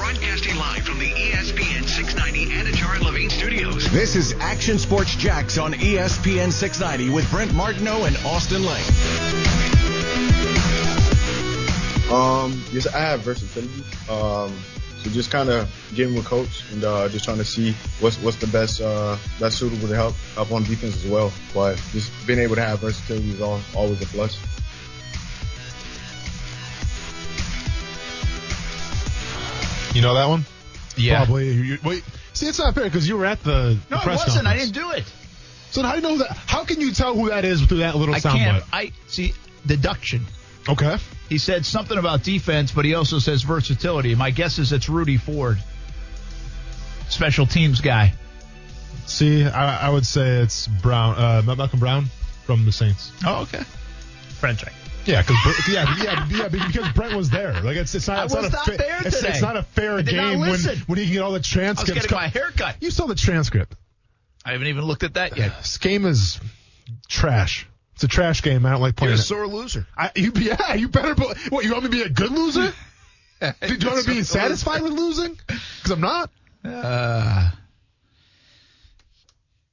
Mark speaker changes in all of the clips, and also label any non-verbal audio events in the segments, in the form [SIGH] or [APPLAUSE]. Speaker 1: Broadcasting live from the E ESPN 690 Anajar Levine Studios.
Speaker 2: This is Action Sports Jax on E ESPN 690 with Brent Martineau and Austin Lane.
Speaker 3: Um, yes, I have versatility. Um, so just kind of getting with coach and uh, just trying to see what's what's the best uh, best suitable to help up on defense as well. But just being able to have versatility is al- always a plus.
Speaker 4: You know that one?
Speaker 5: Yeah.
Speaker 4: Probably. You- wait. See, it's not fair because you were at the, the
Speaker 5: No, it
Speaker 4: press
Speaker 5: wasn't.
Speaker 4: conference.
Speaker 5: I didn't do it.
Speaker 4: So how do you know that? How can you tell who that is through that little
Speaker 5: I
Speaker 4: soundbite?
Speaker 5: can't. I see deduction.
Speaker 4: Okay.
Speaker 5: He said something about defense, but he also says versatility. My guess is it's Rudy Ford, special teams guy.
Speaker 4: See, I, I would say it's Brown, uh, Malcolm Brown from the Saints.
Speaker 5: Oh, okay. French. check.
Speaker 4: Yeah, because yeah, yeah, yeah, because Brent was there. Like it's, it's
Speaker 5: I
Speaker 4: not, it's
Speaker 5: was
Speaker 4: not,
Speaker 5: not
Speaker 4: a fa-
Speaker 5: there
Speaker 4: it's,
Speaker 5: today.
Speaker 4: it's not a fair
Speaker 5: I did not
Speaker 4: game when
Speaker 5: listen.
Speaker 4: when you can get all the
Speaker 5: I was
Speaker 4: transcripts.
Speaker 5: getting
Speaker 4: Co-
Speaker 5: my hair cut.
Speaker 4: you saw the transcript.
Speaker 5: I haven't even looked at that yet.
Speaker 4: This game is trash. It's a trash game. I don't like playing
Speaker 5: You're a
Speaker 4: it.
Speaker 5: sore
Speaker 4: [LAUGHS]
Speaker 5: loser.
Speaker 4: I, you, yeah, you better. Be, what you want me to be a
Speaker 5: [LAUGHS]
Speaker 4: good loser? Do you want to be satisfied with losing? Because I'm not.
Speaker 5: Uh,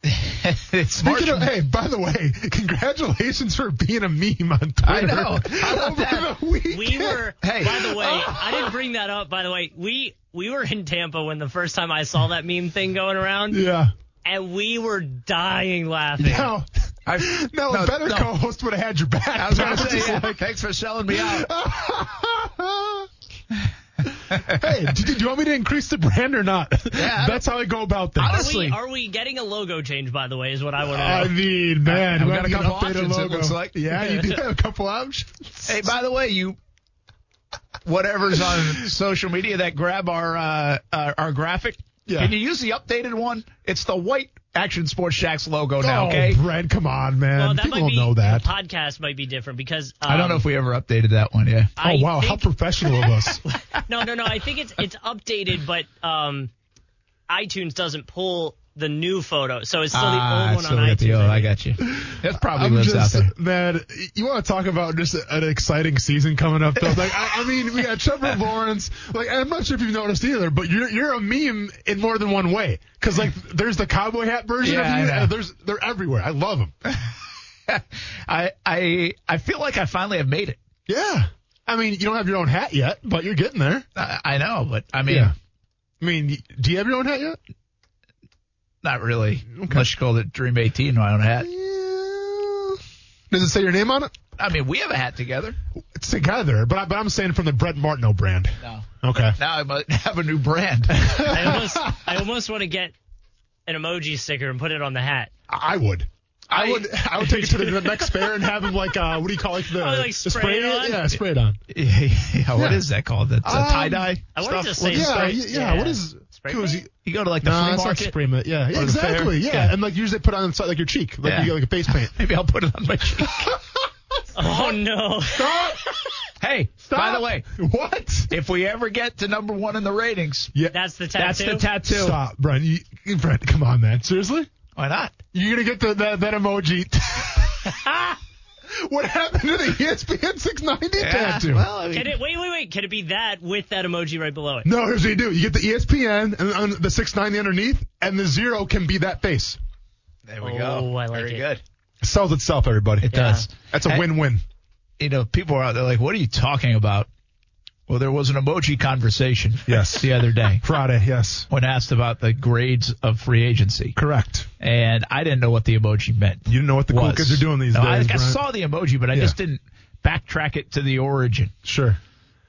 Speaker 5: it's March.
Speaker 4: Speaking of, hey, by the way, congratulations for being a meme on Twitter.
Speaker 5: I
Speaker 4: [LAUGHS]
Speaker 5: know. How about
Speaker 4: Over
Speaker 5: that?
Speaker 4: the weekend.
Speaker 6: We were.
Speaker 5: Hey.
Speaker 6: By the way, I didn't bring that up. By the way, we we were in Tampa when the first time I saw that meme thing going around,
Speaker 4: [LAUGHS] Yeah.
Speaker 6: and we were dying laughing.
Speaker 4: Now,
Speaker 5: I-
Speaker 4: now a better co-host would have had your back.
Speaker 5: I was
Speaker 4: but
Speaker 5: going to
Speaker 4: was [LAUGHS]
Speaker 5: say, [LAUGHS]
Speaker 4: just
Speaker 5: yeah,
Speaker 4: like,
Speaker 5: thanks for selling me out.
Speaker 4: hey, do, do you want me to increase the brand or not?
Speaker 5: Yeah.
Speaker 4: That's how I go about things.
Speaker 6: are
Speaker 5: Honestly.
Speaker 6: we, are we getting a logo change? By the way, is what I want
Speaker 4: I
Speaker 6: to know.
Speaker 4: mean, man,
Speaker 5: I've
Speaker 4: we
Speaker 5: got a
Speaker 4: have to get
Speaker 5: couple
Speaker 4: an updated
Speaker 5: options, it
Speaker 4: logo.
Speaker 5: looks like.
Speaker 4: Yeah, you do have a couple options.
Speaker 5: Hey, by the way, you whatever's on social media that grab our uh, our, our graphic.
Speaker 4: Yeah.
Speaker 5: Can you use the updated one? It's the white Action Sports Shacks logo now.
Speaker 4: Oh,
Speaker 5: okay.
Speaker 4: Brad, come on, man.
Speaker 6: Well, that
Speaker 4: People
Speaker 6: might
Speaker 4: will
Speaker 6: be,
Speaker 4: know that.
Speaker 6: The podcast might be different because um,
Speaker 5: I don't know if we ever updated that one. Yeah.
Speaker 4: Oh,
Speaker 6: I
Speaker 4: wow, how
Speaker 6: think-
Speaker 4: professional of us.
Speaker 6: no, no, no. I think it's it's updated, but um, iTunes doesn't pull the new photo, so it's still the old
Speaker 4: Ah,
Speaker 6: one on iTunes.
Speaker 5: I Ah, got you. That's probably
Speaker 4: I'm
Speaker 5: lives out
Speaker 4: [LAUGHS]
Speaker 5: there.
Speaker 4: just man. You want to talk about just an exciting season coming up? Though, like I, I mean, we got Trevor
Speaker 5: [LAUGHS]
Speaker 4: Lawrence. Like I'm not sure if you've noticed either, but you're you're a meme in more than one way. Because like there's the cowboy hat version
Speaker 5: Yeah, I
Speaker 4: of you.
Speaker 5: know.
Speaker 4: and There's they're everywhere. I love them.
Speaker 5: I I I feel like I finally have made it.
Speaker 4: Yeah. I mean, you don't have your own hat yet, but you're getting there.
Speaker 5: I, I know, but I mean,
Speaker 4: I mean, do you have your own hat yet?
Speaker 5: not really. Unless you call it Dream 18, my own hat.
Speaker 4: Does it say your name on it?
Speaker 5: I mean, we have a hat together.
Speaker 4: It's together, but, I, but I'm saying from the Brett Martineau brand.
Speaker 5: No.
Speaker 4: Okay.
Speaker 5: Now I might [LAUGHS] have a new brand. [LAUGHS]
Speaker 6: I almost I almost want to get an emoji sticker and put it on the hat.
Speaker 4: I would. I
Speaker 5: I-
Speaker 4: would. I would take it to
Speaker 5: [LAUGHS]
Speaker 4: the next fair and have him like uh, what do you call it? The,
Speaker 6: Oh, like
Speaker 4: the
Speaker 6: spray it on?
Speaker 4: Yeah, spray it on.
Speaker 5: yeah, [LAUGHS] yeah, what
Speaker 4: Yeah.
Speaker 5: is that called? That's a
Speaker 4: Um,
Speaker 5: tie dye.
Speaker 6: I wanted to say
Speaker 4: yeah,
Speaker 6: spray-
Speaker 4: yeah, yeah, What is?
Speaker 6: Spray
Speaker 4: who is
Speaker 6: paint?
Speaker 4: he-
Speaker 5: You go to like the
Speaker 4: Nah,
Speaker 5: flea
Speaker 4: it's not
Speaker 5: market.
Speaker 4: spray paint.
Speaker 5: Or
Speaker 4: Yeah, yeah
Speaker 5: the fair?
Speaker 4: exactly. Yeah.
Speaker 5: Yeah.
Speaker 4: and like usually they put it on the side, like your cheek, like
Speaker 5: Yeah.
Speaker 4: you get like a face paint.
Speaker 5: [LAUGHS] Maybe I'll put it on my
Speaker 6: [LAUGHS]
Speaker 5: cheek.
Speaker 6: Oh no!
Speaker 5: hey, [LAUGHS] by the way,
Speaker 4: what?
Speaker 5: if we ever get to number one in the ratings,
Speaker 4: Yeah,
Speaker 6: That's the tattoo.
Speaker 5: that's the tattoo.
Speaker 4: Stop, Brent. You, you- Brent, come on, man. Seriously,
Speaker 5: Why not?
Speaker 4: you're gonna get the that,
Speaker 5: [LAUGHS]
Speaker 4: that emoji. [LAUGHS] what happened to the E ESPN 690 tattoo?
Speaker 5: Well, I mean,
Speaker 6: Can it? Wait, wait, wait. Can it be that with that emoji right below it?
Speaker 4: No, here's what you do. You get the E ESPN and on the 690 underneath, and the zero can be that face.
Speaker 5: there we
Speaker 6: Oh,
Speaker 5: go.
Speaker 6: I like
Speaker 5: Very
Speaker 6: it.
Speaker 5: good.
Speaker 4: Sells itself, everybody. It
Speaker 6: does.
Speaker 4: That's a
Speaker 5: Hey.
Speaker 4: win-win.
Speaker 5: You know, people are out there like, what are you talking about? Well, there was an emoji conversation [LAUGHS]
Speaker 4: Yes.
Speaker 5: the other day
Speaker 4: Friday, yes.
Speaker 5: when asked about the grades of free agency.
Speaker 4: Correct.
Speaker 5: and I didn't know what the emoji meant.
Speaker 4: You didn't know what the cool
Speaker 5: was.
Speaker 4: kids are doing these
Speaker 5: No, I,
Speaker 4: days.
Speaker 5: I
Speaker 4: Brian.
Speaker 5: saw the emoji, but I
Speaker 4: Yeah.
Speaker 5: just didn't backtrack it to the origin.
Speaker 4: Sure.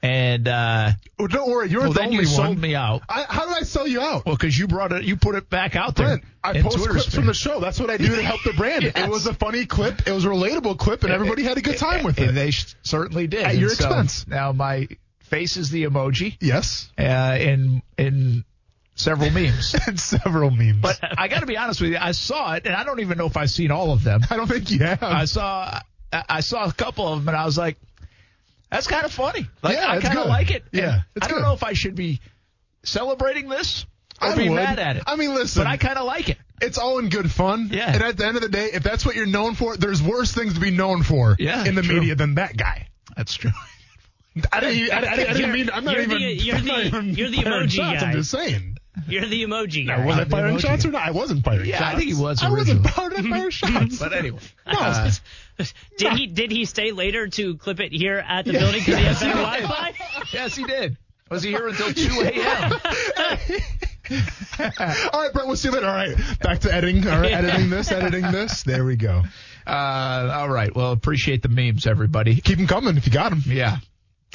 Speaker 5: And uh,
Speaker 4: Oh, don't worry, you're
Speaker 5: well,
Speaker 4: the
Speaker 5: then
Speaker 4: only
Speaker 5: you sold
Speaker 4: one.
Speaker 5: me out.
Speaker 4: I, how did I sell you out?
Speaker 5: Well, because you brought it, you put it back out there.
Speaker 4: Brent, I
Speaker 5: in
Speaker 4: post
Speaker 5: Twitter
Speaker 4: clips
Speaker 5: space.
Speaker 4: from the show. That's what I
Speaker 5: [LAUGHS]
Speaker 4: do to help the brand. It
Speaker 5: Yes.
Speaker 4: was a funny clip. It was a relatable clip, and everybody had a good time with
Speaker 5: and
Speaker 4: it.
Speaker 5: they s- certainly did
Speaker 4: At your
Speaker 5: And so
Speaker 4: expense.
Speaker 5: Now my face is the emoji [LAUGHS]
Speaker 4: Yes.
Speaker 5: uh, in in several
Speaker 4: [LAUGHS]
Speaker 5: memes.
Speaker 4: And several memes.
Speaker 5: but I got to be honest with you, I saw it, and I don't even know if I've seen all of them.
Speaker 4: I don't think you have.
Speaker 5: I saw I I saw a couple of them, and I was like, "That's kind of funny. Like,
Speaker 4: Yeah,
Speaker 5: I
Speaker 4: it's
Speaker 5: kind of
Speaker 4: good.
Speaker 5: like it.
Speaker 4: Yeah,
Speaker 5: And
Speaker 4: it's
Speaker 5: I don't
Speaker 4: good.
Speaker 5: know if I should be celebrating this or
Speaker 4: I
Speaker 5: be
Speaker 4: would.
Speaker 5: mad at it.
Speaker 4: I mean, listen.
Speaker 5: but I kind of like it.
Speaker 4: it's all in good fun.
Speaker 5: Yeah.
Speaker 4: And at the end of the day, if that's what you're known for, there's worse things to be known for
Speaker 5: Yeah,
Speaker 4: in the
Speaker 5: true.
Speaker 4: media than that guy.
Speaker 5: That's true.
Speaker 4: [LAUGHS] I didn't, I, I- I didn't mean. I'm not
Speaker 6: You're the-
Speaker 4: even.
Speaker 6: you're
Speaker 4: I'm not
Speaker 6: the-
Speaker 4: even
Speaker 6: you're the
Speaker 4: firing
Speaker 6: emoji
Speaker 4: shots,
Speaker 6: guy.
Speaker 4: I'm just saying.
Speaker 6: You're the emoji
Speaker 4: No,
Speaker 6: guy.
Speaker 4: was I
Speaker 5: the
Speaker 4: firing
Speaker 5: emoji
Speaker 4: shots
Speaker 5: guy.
Speaker 4: or not? I wasn't firing
Speaker 5: Yeah,
Speaker 4: shots.
Speaker 5: I think he was
Speaker 4: I wasn't
Speaker 5: originally.
Speaker 4: firing I
Speaker 5: [LAUGHS]
Speaker 4: fired shots.
Speaker 5: But anyway,
Speaker 4: no,
Speaker 5: uh,
Speaker 6: [LAUGHS] Did he did he stay later to clip it here at the building 'cause building because
Speaker 4: [LAUGHS]
Speaker 6: he has better Wi-Fi?
Speaker 5: yes, he did. Was he here until 2
Speaker 4: [LAUGHS]
Speaker 5: a.m.?
Speaker 4: all right, Brett. We'll see you later. All right, back to editing. All right, editing this, editing this. There we go.
Speaker 5: Uh, all right. Well, appreciate the memes, everybody.
Speaker 4: Keep them coming if you got them.
Speaker 5: Yeah.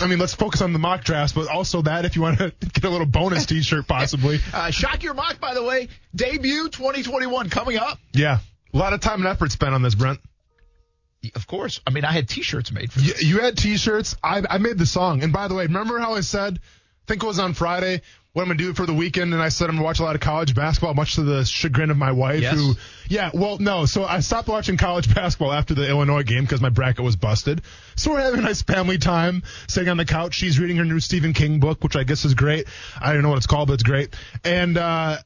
Speaker 4: I mean, let's focus on the mock drafts, but also that if you want to [LAUGHS] get a little bonus T-shirt,
Speaker 5: [LAUGHS]
Speaker 4: possibly.
Speaker 5: Uh, Shock Your Mock, by the way, debut 2021 coming up.
Speaker 4: Yeah, a lot of time and effort spent on this, Brent.
Speaker 5: Of course. I mean, I had T-shirts made for
Speaker 4: You, you had T-shirts. I, I made the song. And by the way, remember how I said, I think it was on Friday, what I'm gonna do for the weekend, and I said I'm gonna watch a lot of college basketball, much to the chagrin of my wife.
Speaker 5: Yes.
Speaker 4: Who, yeah, well, no. So I stopped watching college [LAUGHS] basketball after the Illinois game because my bracket was busted. So we're having a nice family time, sitting on the couch. She's reading her new Stephen King book, which I guess is great. I don't know what it's called, but it's great. And uh,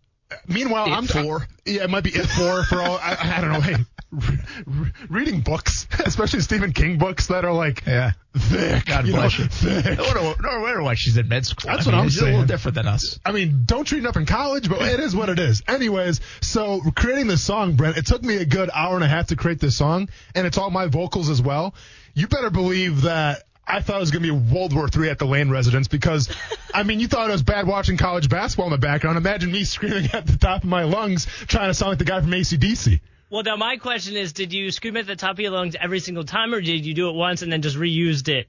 Speaker 4: meanwhile, I'm
Speaker 5: four.
Speaker 4: yeah, it might be it for for all I, I don't know. Hey, re- re- reading books, [LAUGHS] especially Stephen King books that are like
Speaker 5: Yeah.
Speaker 4: thick.
Speaker 5: God
Speaker 4: you know,
Speaker 5: bless you.
Speaker 4: thick.
Speaker 5: No wonder, no wonder why she's in med school.
Speaker 4: That's
Speaker 5: I mean,
Speaker 4: what I'm
Speaker 5: it's A little
Speaker 4: saying.
Speaker 5: different than us.
Speaker 4: I mean, don't treat it up in college, but it is what it is. Anyways, so creating this song, Brent, it took me a good hour and a half to create this song, and it's all my vocals as well. You better believe that I thought it was going to be World War III at the Lane residence because, I mean, you thought it was bad watching college basketball in the background. Imagine me screaming at the top of my lungs trying to sound like the guy from ACDC.
Speaker 6: Well, now my question is, did you scream at the top of your lungs every single time, or did you do it once and then just reused it?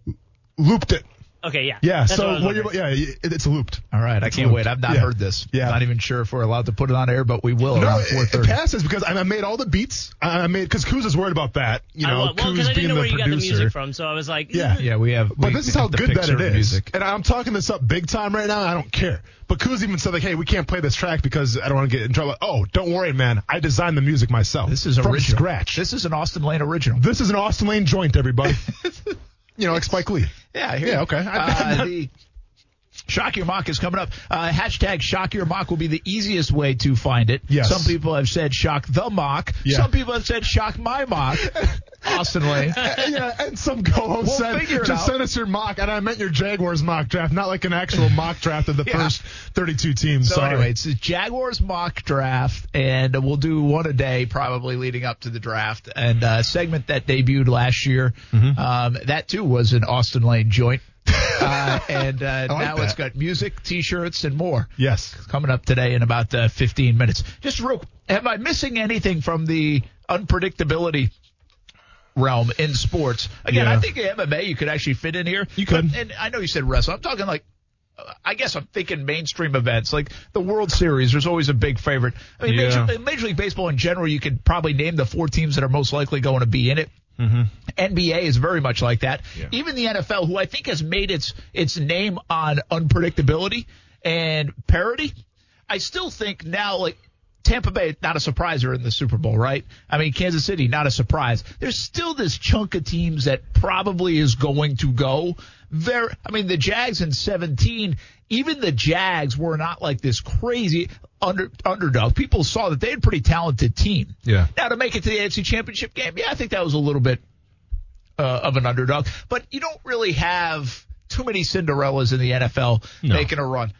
Speaker 4: Looped it.
Speaker 6: Okay, yeah.
Speaker 4: Yeah,
Speaker 6: That's
Speaker 4: so
Speaker 6: what I was
Speaker 4: what you're,
Speaker 6: wondering.
Speaker 4: yeah, it- it's looped.
Speaker 5: All right. I can't
Speaker 4: Absolutely.
Speaker 5: wait. I've not
Speaker 4: Yeah.
Speaker 5: heard this.
Speaker 4: Yeah.
Speaker 5: Not even sure if we're allowed to put it on air, but we will
Speaker 4: No,
Speaker 5: around
Speaker 4: it,
Speaker 5: 4:30.
Speaker 4: it passes because I I made all the beats. I I made because Kuz is worried about that. You
Speaker 6: I
Speaker 4: know,
Speaker 6: wa- well,
Speaker 4: Kuz
Speaker 6: I
Speaker 4: being
Speaker 6: didn't know
Speaker 4: the
Speaker 6: where you got the
Speaker 4: producer.
Speaker 6: music from, so I was like,
Speaker 4: Yeah.
Speaker 5: yeah, we have.
Speaker 4: But
Speaker 5: we
Speaker 4: this is how
Speaker 5: the
Speaker 4: good that it
Speaker 5: Pixar
Speaker 4: is.
Speaker 5: Music.
Speaker 4: And I'm talking this up big time right now. I don't care. But Kuz even said like, "Hey, we can't play this track because I don't want to get in trouble." Oh, don't worry, man. I designed the music myself.
Speaker 5: This is
Speaker 4: from
Speaker 5: original.
Speaker 4: scratch. This,
Speaker 5: This is an Austin Lane original.
Speaker 4: is an Austin Lane
Speaker 5: [LAUGHS]
Speaker 4: joint, everybody. you know, like Spike Lee.
Speaker 5: Yeah, I hear
Speaker 4: Yeah,
Speaker 5: you.
Speaker 4: okay. I- [LAUGHS]
Speaker 5: Uh, the Shock Your Mock is coming up. Uh, hashtag Shock Your Mock will be the easiest way to find it.
Speaker 4: Yes.
Speaker 5: Some people have said Shock the Mock.
Speaker 4: Yeah.
Speaker 5: Some people have said Shock My Mock.
Speaker 4: [LAUGHS]
Speaker 5: Austin Lane.
Speaker 4: yeah, and some co-host
Speaker 5: We'll
Speaker 4: said,
Speaker 5: figure it
Speaker 4: "Just
Speaker 5: out."
Speaker 4: send us your mock," and I meant your Jaguars mock draft, not like an actual mock draft of the
Speaker 5: Yeah.
Speaker 4: first 32 teams.
Speaker 5: So
Speaker 4: Sorry.
Speaker 5: anyway, it's the Jaguars mock draft, and we'll do one a day probably leading up to the draft. And uh, segment that debuted last year,
Speaker 4: Mm-hmm.
Speaker 5: um, that too was an Austin Lane
Speaker 4: [LAUGHS]
Speaker 5: joint. Uh, and uh, now
Speaker 4: that.
Speaker 5: it's got music, T-shirts, and more.
Speaker 4: yes.
Speaker 5: coming up today in about uh, 15 minutes. Just real, am I missing anything from the unpredictability realm in sports? Again,
Speaker 4: Yeah.
Speaker 5: I think MMA you could actually fit in here. You
Speaker 4: could.
Speaker 5: and I know you said wrestling. I'm talking like. uh, I guess I'm thinking mainstream events like the World Series. There's always a big favorite. I mean,
Speaker 4: Yeah.
Speaker 5: Major, Major League Baseball in general, you could probably name the four teams that are most likely going to be in it.
Speaker 4: Hmm.
Speaker 5: NBA is very much like that. Even the NFL, who I think has made its its name on unpredictability and parity, I still think now like Tampa Bay, not a surprise, are in the Super Bowl, right? I mean, Kansas City, not a surprise. There's still this chunk of teams that probably is going to go. There, I mean, the Jags in 17, even the Jags were not like this crazy under underdog. People saw that they had a pretty talented team.
Speaker 4: Yeah.
Speaker 5: Now to make it to the AFC Championship game, yeah, I think that was a little bit uh, of an underdog, but you don't really have too many Cinderellas in the NFL making a run.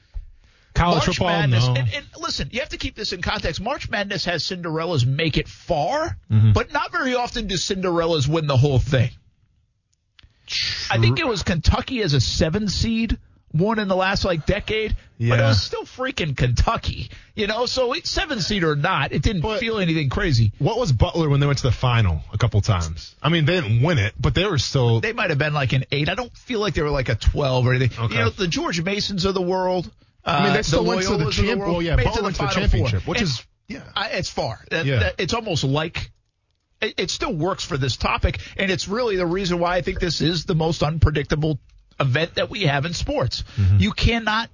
Speaker 4: College
Speaker 5: March
Speaker 4: football,
Speaker 5: Madness,
Speaker 4: no.
Speaker 5: and, and listen, you have to keep this in context. March Madness has Cinderellas make it far,
Speaker 4: Mm-hmm.
Speaker 5: but not very often do Cinderellas win the whole thing. I think it was Kentucky as a seven seed won in the last like decade, but it
Speaker 4: Yeah.
Speaker 5: was still freaking Kentucky, you know. So it, seven seed or not, it didn't
Speaker 4: But-
Speaker 5: feel anything crazy.
Speaker 4: What was Butler when they went to the final a couple times? I mean, they didn't win it, but they were still.
Speaker 5: They might have been like an eight. I don't feel like they were like a twelve or anything.
Speaker 4: Okay.
Speaker 5: You know, the George Masons of the world.
Speaker 4: I mean,
Speaker 5: uh,
Speaker 4: they still went to the
Speaker 5: Loyolas of
Speaker 4: champ.
Speaker 5: world,
Speaker 4: well, yeah,
Speaker 5: made it
Speaker 4: Butler went to the
Speaker 5: Final
Speaker 4: championship,
Speaker 5: Four.
Speaker 4: which
Speaker 5: And-
Speaker 4: is yeah.
Speaker 5: I, it's far. That-
Speaker 4: Yeah.
Speaker 5: that- it's almost like it, it still works for this topic, and it's really the reason why I think this is the most unpredictable event that we have in sports.
Speaker 4: Mm-hmm.
Speaker 5: You cannot,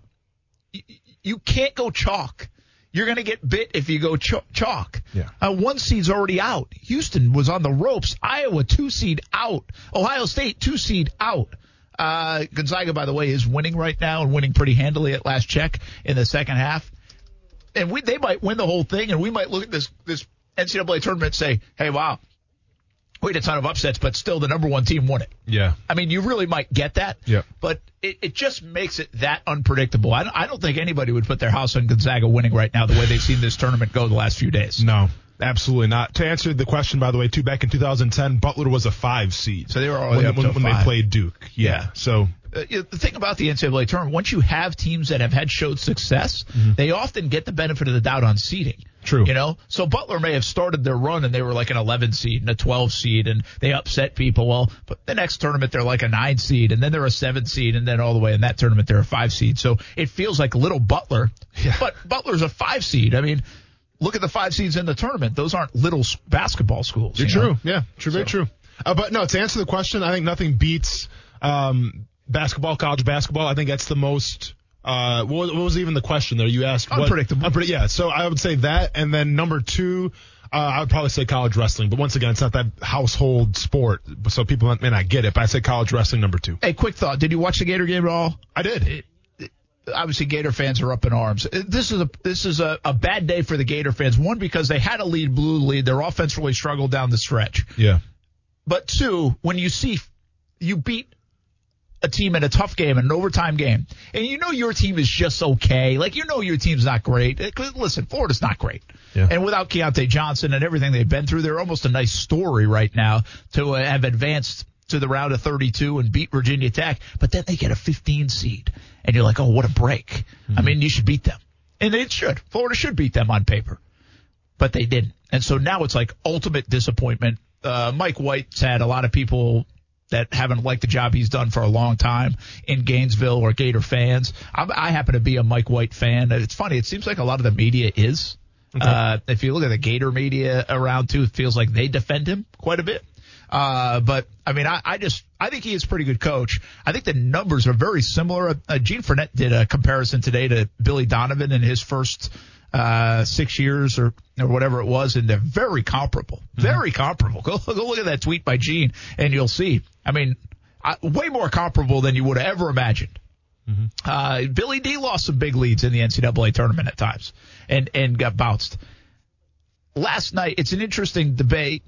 Speaker 5: y- y- you can't go chalk. You're going to get bit if you go ch- chalk.
Speaker 4: Yeah.
Speaker 5: Uh, one seed's already out. Houston was on the ropes. Iowa two seed out. Ohio State two seed out. Uh, Gonzaga, by the way, is winning right now and winning pretty handily at last check in the second half and we they might win the whole thing, and we might look at this this NCAA tournament and say, "Hey, wow, we had a ton of upsets, but still the number one team won it.
Speaker 4: Yeah.
Speaker 5: I mean, you really might get that.
Speaker 4: Yeah.
Speaker 5: But it, it just makes it that unpredictable. I don't, I don't think anybody would put their house on Gonzaga winning right now the way they've seen this tournament go the last few days.
Speaker 4: No, absolutely not. To answer the question, by the way, too, back in 2010, Butler was a five seed.
Speaker 5: So they were already
Speaker 4: when,
Speaker 5: up
Speaker 4: when,
Speaker 5: to
Speaker 4: when they
Speaker 5: five.
Speaker 4: played Duke. Yeah.
Speaker 5: Yeah.
Speaker 4: So
Speaker 5: Uh, you know, the thing about the NCAA tournament, once you have teams that have had showed success, they often get the benefit of the doubt on seeding.
Speaker 4: Mm-hmm. True.
Speaker 5: You know, so Butler may have started their run and they were like an 11 seed and a 12 seed and they upset people. Well, but the next tournament they're like a nine seed and then they're a seven seed and then all the way in that tournament they're a five seed. So it feels like little Butler, but Butler's a five seed. I mean, look at the five seeds in the tournament. Those aren't little s- basketball schools. you know?
Speaker 4: True. Yeah. True. Very true. Uh, but no, to answer the question, I think nothing beats um, basketball, college basketball. I think that's the most. Uh, what, what was even the question there? You asked what-
Speaker 5: Unpredictable.
Speaker 4: Unpre- yeah. So I would say that, and then number two. Uh, I would probably say college wrestling, but once again, it's not that household sport, so people may not get it. But I say college wrestling number two.
Speaker 5: Hey, quick thought. Did you watch the Gator game at all?
Speaker 4: I did.
Speaker 5: obviously Gator fans are up in arms. Uh, This is a this is a, a bad day for the Gator fans. One because they had a lead, blew the lead. Their offense really struggled down the stretch.
Speaker 4: Yeah.
Speaker 5: But two, when you see you beat a team in a tough game, an overtime game, and you know your team is just okay. Like you know your team's not great. Eh, 'cause Listen, Florida's not great.
Speaker 4: Yeah.
Speaker 5: And without Keontae Johnson and everything they've been through, they're almost a nice story right now to uh, have advanced to the round of 32 and beat Virginia Tech. But then they get a 15 seed, and you're like, oh, what a break. I mean, you should beat them, and it should. Florida should beat them on paper but they didn't. And so now it's like ultimate disappointment. Uh, Mike White's had a lot of people that haven't liked the job he's done for a long time in Gainesville or Gator fans. I'm, I happen to be a Mike White fan. It's funny. It seems like a lot of the media is. Uh, if you look at the Gator media around too, it feels like they defend him quite a bit. Uh, but I mean, I, I just I think he is a pretty good coach. I think the numbers are very similar. Uh, Gene Fournette did a comparison today to Billy Donovan in his first uh, six years or, or whatever it was, and they're very comparable. Very comparable. [LAUGHS] Go, go look at that tweet by Gene, and you'll see. I mean, I, way more comparable than you would have ever imagined. Uh, Billy D lost some big leads in the NCAA tournament at times, and and got bounced. Last night, it's an interesting debate.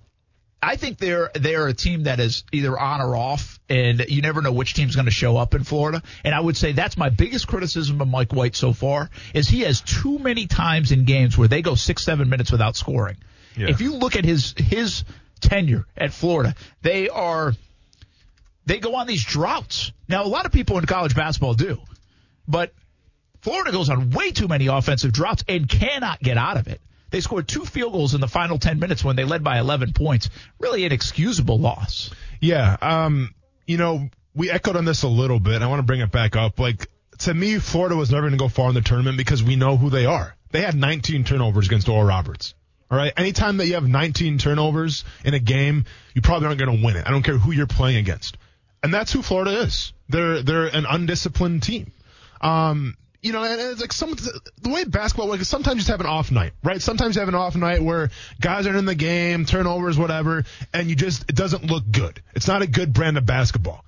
Speaker 5: I think they're they're a team that is either on or off, and you never know which team's going to show up in Florida. And I would say that's my biggest criticism of Mike White so far is he has too many times in games where they go six seven minutes without scoring. If you look at his his tenure at Florida, they are they go on these droughts. Now a lot of people in college basketball do, but Florida goes on way too many offensive droughts and cannot get out of it. They scored two field goals in the final 10 minutes when they led by 11 points. Really an excusable loss.
Speaker 4: Yeah. Um, you know, we echoed on this a little bit. I want to bring it back up. Like, to me, Florida was never going to go far in the tournament because we know who they are. They had 19 turnovers against Oral Roberts. All right. Anytime that you have 19 turnovers in a game, you probably aren't going to win it. I don't care who you're playing against. And that's who Florida is. They're, they're an undisciplined team. Um, you know, and it's like some the way basketball works. Sometimes you just have an off night, right? Sometimes you have an off night where guys aren't in the game, turnovers, whatever, and you just it doesn't look good. It's not a good brand of basketball.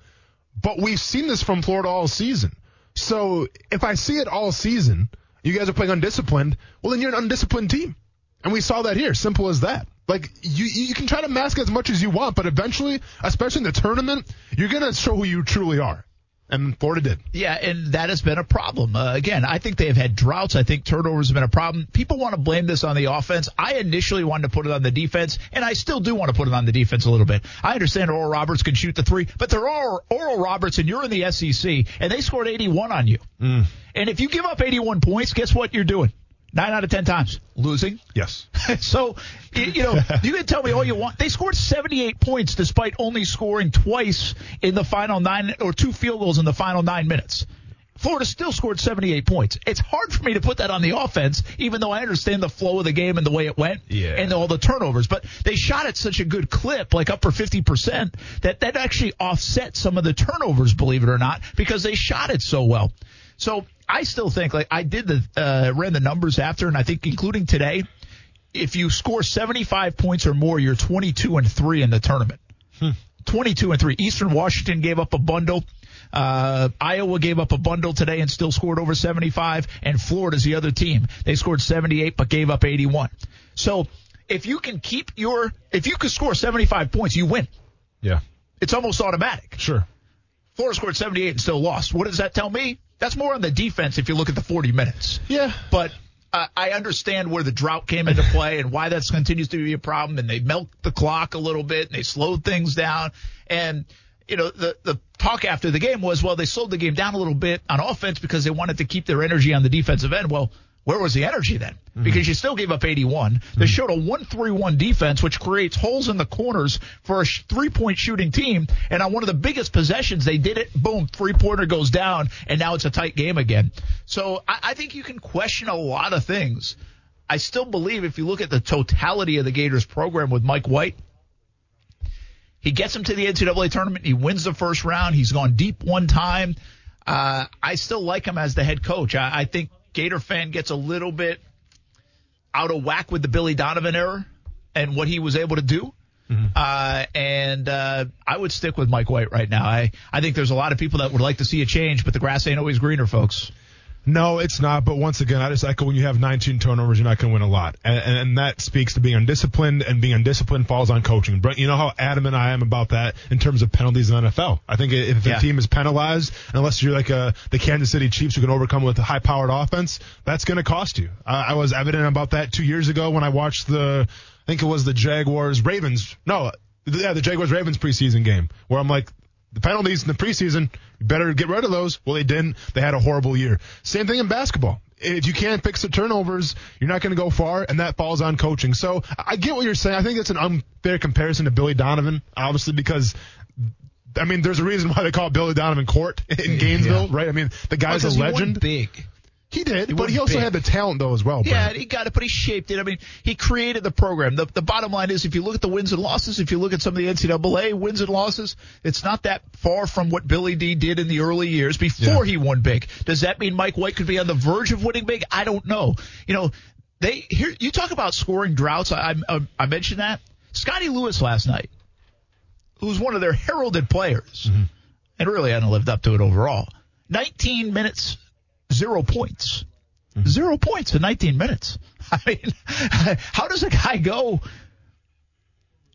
Speaker 4: But we've seen this from Florida all season. So if I see it all season, you guys are playing undisciplined. Well, then you're an undisciplined team, and we saw that here. Simple as that. Like you, you can try to mask as much as you want, but eventually, especially in the tournament, you're gonna show who you truly are. And Florida did.
Speaker 5: Yeah, and that has been a problem. Uh, again, I think they have had droughts. I think turnovers have been a problem. People want to blame this on the offense. I initially wanted to put it on the defense, and I still do want to put it on the defense a little bit. I understand Oral Roberts can shoot the three, but they're Oral, Oral Roberts, and you're in the SEC, and they scored 81 on you. And if you give up 81 points, guess what you're doing? Nine out of 10 times. Losing.
Speaker 4: Yes.
Speaker 5: [LAUGHS] so, you, you know, you can tell me all you want. They scored 78 points despite only scoring twice in the final nine or two field goals in the final nine minutes. Florida still scored 78 points. It's hard for me to put that on the offense, even though I understand the flow of the game and the way it went
Speaker 4: Yeah.
Speaker 5: and all the turnovers. But they shot at such a good clip, like up for 50%, that that actually offset some of the turnovers, believe it or not, because they shot it so well. So I still think, like, I did the, uh, ran the numbers after, and I think including today, if you score 75 points or more, you're 22 and 3 in the tournament. 22 and 3. Eastern Washington gave up a bundle. Uh, Iowa gave up a bundle today and still scored over 75. And Florida's the other team. They scored 78 but gave up 81. So if you can keep your if you can score 75 points, you win.
Speaker 4: Yeah.
Speaker 5: It's almost automatic.
Speaker 4: Sure.
Speaker 5: Florida scored 78 and still lost. What does that tell me? That's more on the defense if you look at the 40 minutes.
Speaker 4: Yeah.
Speaker 5: But uh, I understand where the drought came into play and why that continues to be a problem. And they milked the clock a little bit and they slowed things down. And, you know, the, the talk after the game was, well, they slowed the game down a little bit on offense because they wanted to keep their energy on the defensive end. Well, where was the energy then? Because you still gave up 81. They showed a 1-3-1 defense, which creates holes in the corners for a sh- three-point shooting team. And on one of the biggest possessions, they did it. Boom, three-pointer goes down, and now it's a tight game again. So I, I think you can question a lot of things. I still believe if you look at the totality of the Gators program with Mike White, he gets him to the NCAA tournament. He wins the first round. He's gone deep one time. Uh, I still like him as the head coach. I, I think Gator fan gets a little bit out of whack with the Billy Donovan era and what he was able to do.
Speaker 4: Mm-hmm.
Speaker 5: Uh, and uh, I would stick with Mike White right now. I, I think there's a lot of people that would like to see a change, but the grass ain't always greener, folks.
Speaker 4: No, it's not. But once again, I just echo when you have 19 turnovers, you're not going to win a lot. And, and, and that speaks to being undisciplined, and being undisciplined falls on coaching. But you know how adamant I am about that in terms of penalties in the NFL. I think if a
Speaker 5: Yeah.
Speaker 4: team is penalized, unless you're like uh the Kansas City Chiefs who can overcome with a high powered offense, that's going to cost you. I I was evident about that two years ago when I watched the, I think it was the Jaguars Ravens. No, yeah, the Jaguars Ravens preseason game where I'm like, the penalties in the preseason, you better get rid of those. Well, they didn't. They had a horrible year. Same thing in basketball. If you can't fix the turnovers, you're not going to go far, and that falls on coaching. So I get what you're saying. I think it's an unfair comparison to Billy Donovan, obviously, because. I mean, there's a reason why they call Billy Donovan Court [LAUGHS] in Gainesville, right? I mean, the guy's a
Speaker 5: Because he won
Speaker 4: legend.
Speaker 5: Big.
Speaker 4: He did, but
Speaker 5: won
Speaker 4: he also
Speaker 5: big.
Speaker 4: had the talent though as well.
Speaker 5: Yeah,
Speaker 4: Brad.
Speaker 5: he got it, but he shaped it. I mean, he created the program. The, the bottom line is, if you look at the wins and losses, if you look at some of the NCAA wins and losses, it's not that far from what Billy D did in the early years before he won big. Does that mean Mike White could be on the verge of winning big? I don't know. You know, they here you talk about scoring droughts. I I, I mentioned that Scotty Lewis last night, who's one of their heralded players, and really hadn't lived up to it overall. 19 minutes, zero points zero points in 19 minutes. [LAUGHS] I mean, how does a guy go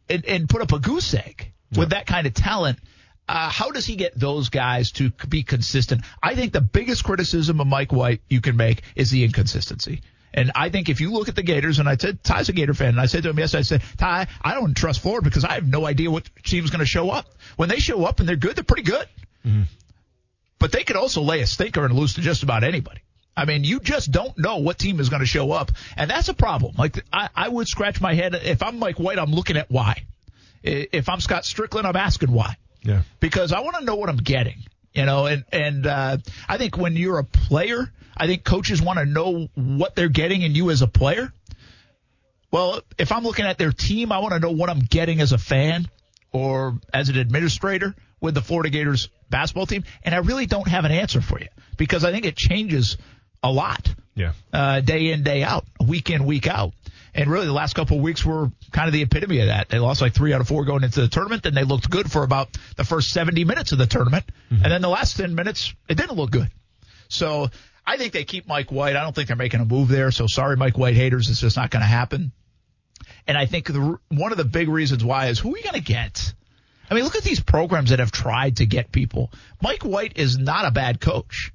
Speaker 5: and, and put up a goose egg with that kind of talent? Uh, how does he get those guys to c- be consistent? I think the biggest criticism of Mike White you can make is the inconsistency. And I think if you look at the Gators, and I said Ty's a Gator fan, and I said to him yesterday, I said, Ty, I don't trust Florida because I have no idea what team's going to show up. When they show up and they're good, they're pretty good but they could also lay a stinker and lose to just about anybody. I mean, you just don't know what team is going to show up, and that's a problem. Like, I, I would scratch my head if I'm Mike White, I'm looking at why. I- If I'm Scott Strickland, I'm asking why
Speaker 4: Yeah.
Speaker 5: because I want to know what I'm getting. You know, and and uh, I think when you're a player, I think coaches want to know what they're getting in you as a player. Well, if I'm looking at their team, I want to know what I'm getting as a fan or as an administrator with the Florida Gators basketball team, and I really don't have an answer for you because I think it changes a lot
Speaker 4: Yeah.
Speaker 5: uh, day in, day out, week in, week out. And really, the last couple of weeks were kind of the epitome of that. They lost like three out of four going into the tournament. Then they looked good for about the first 70 minutes of the tournament. And then the last 10 minutes, it didn't look good. So I think they keep Mike White. I don't think they're making a move there. So sorry, Mike White haters. It's just not going to happen. And I think the, one of the big reasons why is who are we going to get? I mean, look at these programs that have tried to get people. Mike White is not a bad coach.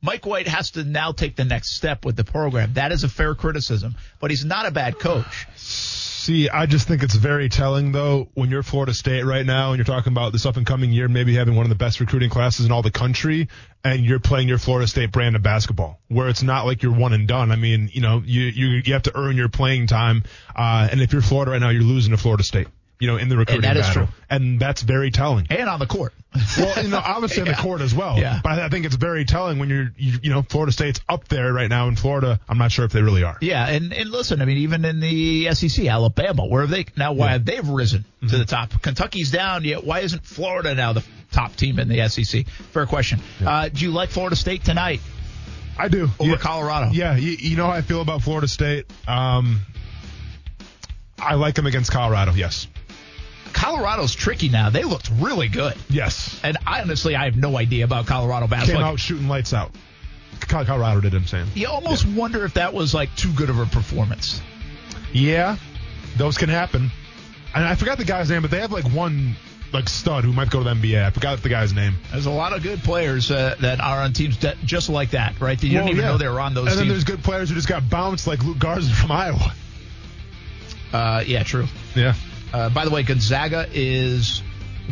Speaker 5: Mike White has to now take the next step with the program. That is a fair criticism, but he's not a bad coach.
Speaker 4: See, I just think it's very telling though when you're Florida State right now and you're talking about this up and coming year, maybe having one of the best recruiting classes in all the country, and you're playing your Florida State brand of basketball, where it's not like you're one and done. I mean, you know, you you, you have to earn your playing time, uh, and if you're Florida right now, you're losing to Florida State. You know, in the recruiting
Speaker 5: that is
Speaker 4: battle,
Speaker 5: true.
Speaker 4: and that's very telling.
Speaker 5: And on the court. [LAUGHS]
Speaker 4: Well, you know, obviously in the court as well.
Speaker 5: Yeah.
Speaker 4: But I, I think it's very telling when you're, you, you know, Florida State's up there right now in Florida. I'm not sure if they really are.
Speaker 5: Yeah, and, and listen, I mean, even in the SEC, Alabama, where have they now? Why have they've risen to
Speaker 4: Mm-hmm.
Speaker 5: the top? Kentucky's down yet. Why isn't Florida now the top team in the SEC? Fair question. Uh, do you like Florida State tonight
Speaker 4: I do.
Speaker 5: over
Speaker 4: yeah.
Speaker 5: Colorado?
Speaker 4: Yeah. You, you know how I feel about Florida State. Um, I like them against Colorado. Yes.
Speaker 5: Colorado's tricky now. They looked really good,
Speaker 4: Yes.
Speaker 5: and I honestly, I have no idea about Colorado
Speaker 4: Came
Speaker 5: basketball.
Speaker 4: out shooting lights out. Col- Colorado did, I'm saying.
Speaker 5: You almost wonder if that was like too good of a performance.
Speaker 4: Yeah. Those can happen. And I forgot the guy's name, but they have like one like stud who might go to the NBA. I forgot the guy's name.
Speaker 5: There's a lot of good players uh, that are on teams that just like that, right? That you don't
Speaker 4: Well,
Speaker 5: even
Speaker 4: yeah.
Speaker 5: know they were on those
Speaker 4: And then
Speaker 5: teams.
Speaker 4: there's good players who just got bounced, like Luke Garza from Iowa.
Speaker 5: Uh, yeah, true.
Speaker 4: Yeah.
Speaker 5: Uh, by the way, Gonzaga is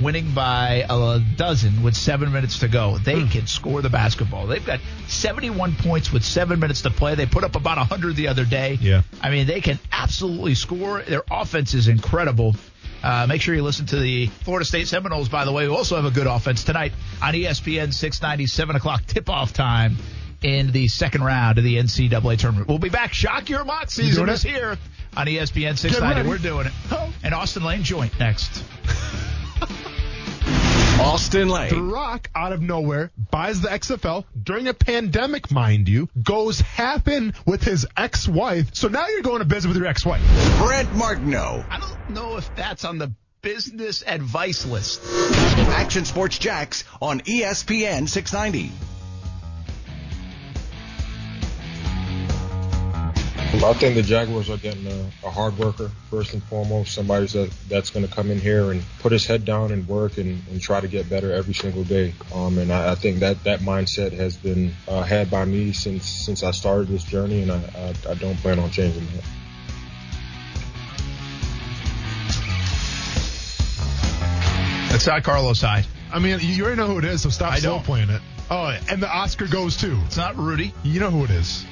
Speaker 5: winning by a dozen with seven minutes to go. They
Speaker 4: Hmm.
Speaker 5: can score the basketball. They've got 71 points with seven minutes to play. They put up about 100 the other day.
Speaker 4: Yeah.
Speaker 5: I mean, they can absolutely score. Their offense is incredible. Uh, make sure you listen to the Florida State Seminoles, by the way, who also have a good offense tonight on E ESPN 690, 7 o'clock tip-off time in the second round of the NCAA tournament. We'll be back. Shock Your Mock season
Speaker 4: doing
Speaker 5: is
Speaker 4: it?
Speaker 5: here on E ESPN
Speaker 4: ready.
Speaker 5: 690. We're doing it. And Austin Lane joint next.
Speaker 2: Austin Lane.
Speaker 4: Rock out of nowhere buys the XFL during a pandemic, mind you, goes half in with his ex-wife. So now you're going to business with your ex-wife.
Speaker 2: Brent Martineau.
Speaker 5: I don't know if that's on the business advice list.
Speaker 2: Action Sports Jacks on ESPN 690.
Speaker 7: I think the Jaguars are getting a, a hard worker first and foremost, somebody that, that's going to come in here and put his head down and work and, and try to get better every single day. Um, and I, I think that that mindset has been uh, had by me since since I started this journey, and I, I, I don't plan on changing that.
Speaker 5: That's not Carlos Hyde.
Speaker 4: I mean, you already know who it is, so stop slow
Speaker 5: don't.
Speaker 4: playing it. Oh, and the Oscar goes too.
Speaker 5: It's not Rudy.
Speaker 4: You know who it is.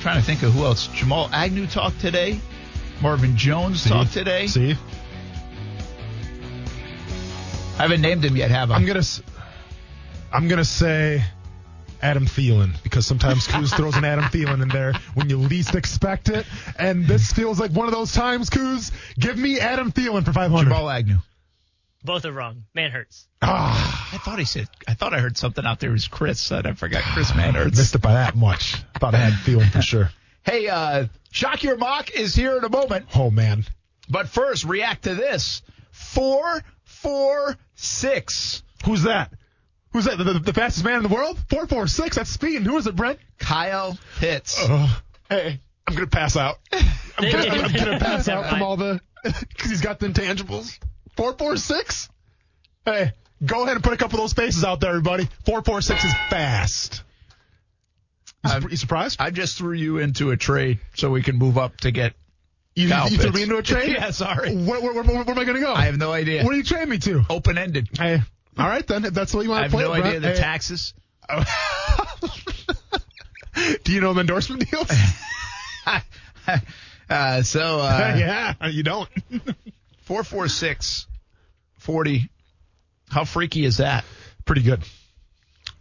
Speaker 5: trying to think of who else. Jamal Agnew talked today. Marvin Jones talked today.
Speaker 4: See,
Speaker 5: I haven't named him yet, have I?
Speaker 4: I'm gonna, s- I'm gonna say Adam Thielen because
Speaker 5: [LAUGHS]
Speaker 4: sometimes Kuz throws an Adam Thielen in there when you least expect it, and this feels like one of those times. Kuz, give me Adam Thielen for 500.
Speaker 5: Jamal Agnew.
Speaker 6: [LAUGHS] Both are wrong. Man hurts.
Speaker 4: Ah,
Speaker 5: I thought he said. I thought I heard something out there was Chris, and I forgot [SIGHS] Chris Manners.
Speaker 4: missed it by that much. Thought I had Thielen for [LAUGHS] sure.
Speaker 5: hey, uh, shock your mock is here in a moment.
Speaker 4: Oh man,
Speaker 5: But first, react to this. Four, four, six.
Speaker 4: who's that? Who's that? The, the, the fastest man in the world? Four four six. That's speed. Who is it, Brent?
Speaker 5: Kyle Pitts.
Speaker 4: Oh, hey, I'm gonna pass out. [LAUGHS] I'm gonna, I'm gonna pass out from all the [LAUGHS] because he's got the intangibles. Four four six. Hey, go ahead and put a couple of those faces out there, everybody. Four four six is fast. You, su- you surprised?
Speaker 5: I just threw you into a trade so we can move up to get.
Speaker 4: you
Speaker 5: Kyle
Speaker 4: you threw
Speaker 5: Pitts.
Speaker 4: me into a trade.
Speaker 5: Yeah, [LAUGHS] sorry.
Speaker 4: Where, where, where, where am I gonna go?
Speaker 5: I have no idea.
Speaker 4: What are you trading me to?
Speaker 5: Open ended.
Speaker 4: Hey, all right then. If that's what you
Speaker 5: I
Speaker 4: want to
Speaker 5: have
Speaker 4: play,
Speaker 5: no
Speaker 4: Brent,
Speaker 5: idea the
Speaker 4: hey,
Speaker 5: taxes.
Speaker 4: Do you know them endorsement [LAUGHS] deals?
Speaker 5: Uh, [LAUGHS] so uh,
Speaker 4: yeah, you don't.
Speaker 5: four four six forty. How freaky is that?
Speaker 4: pretty good.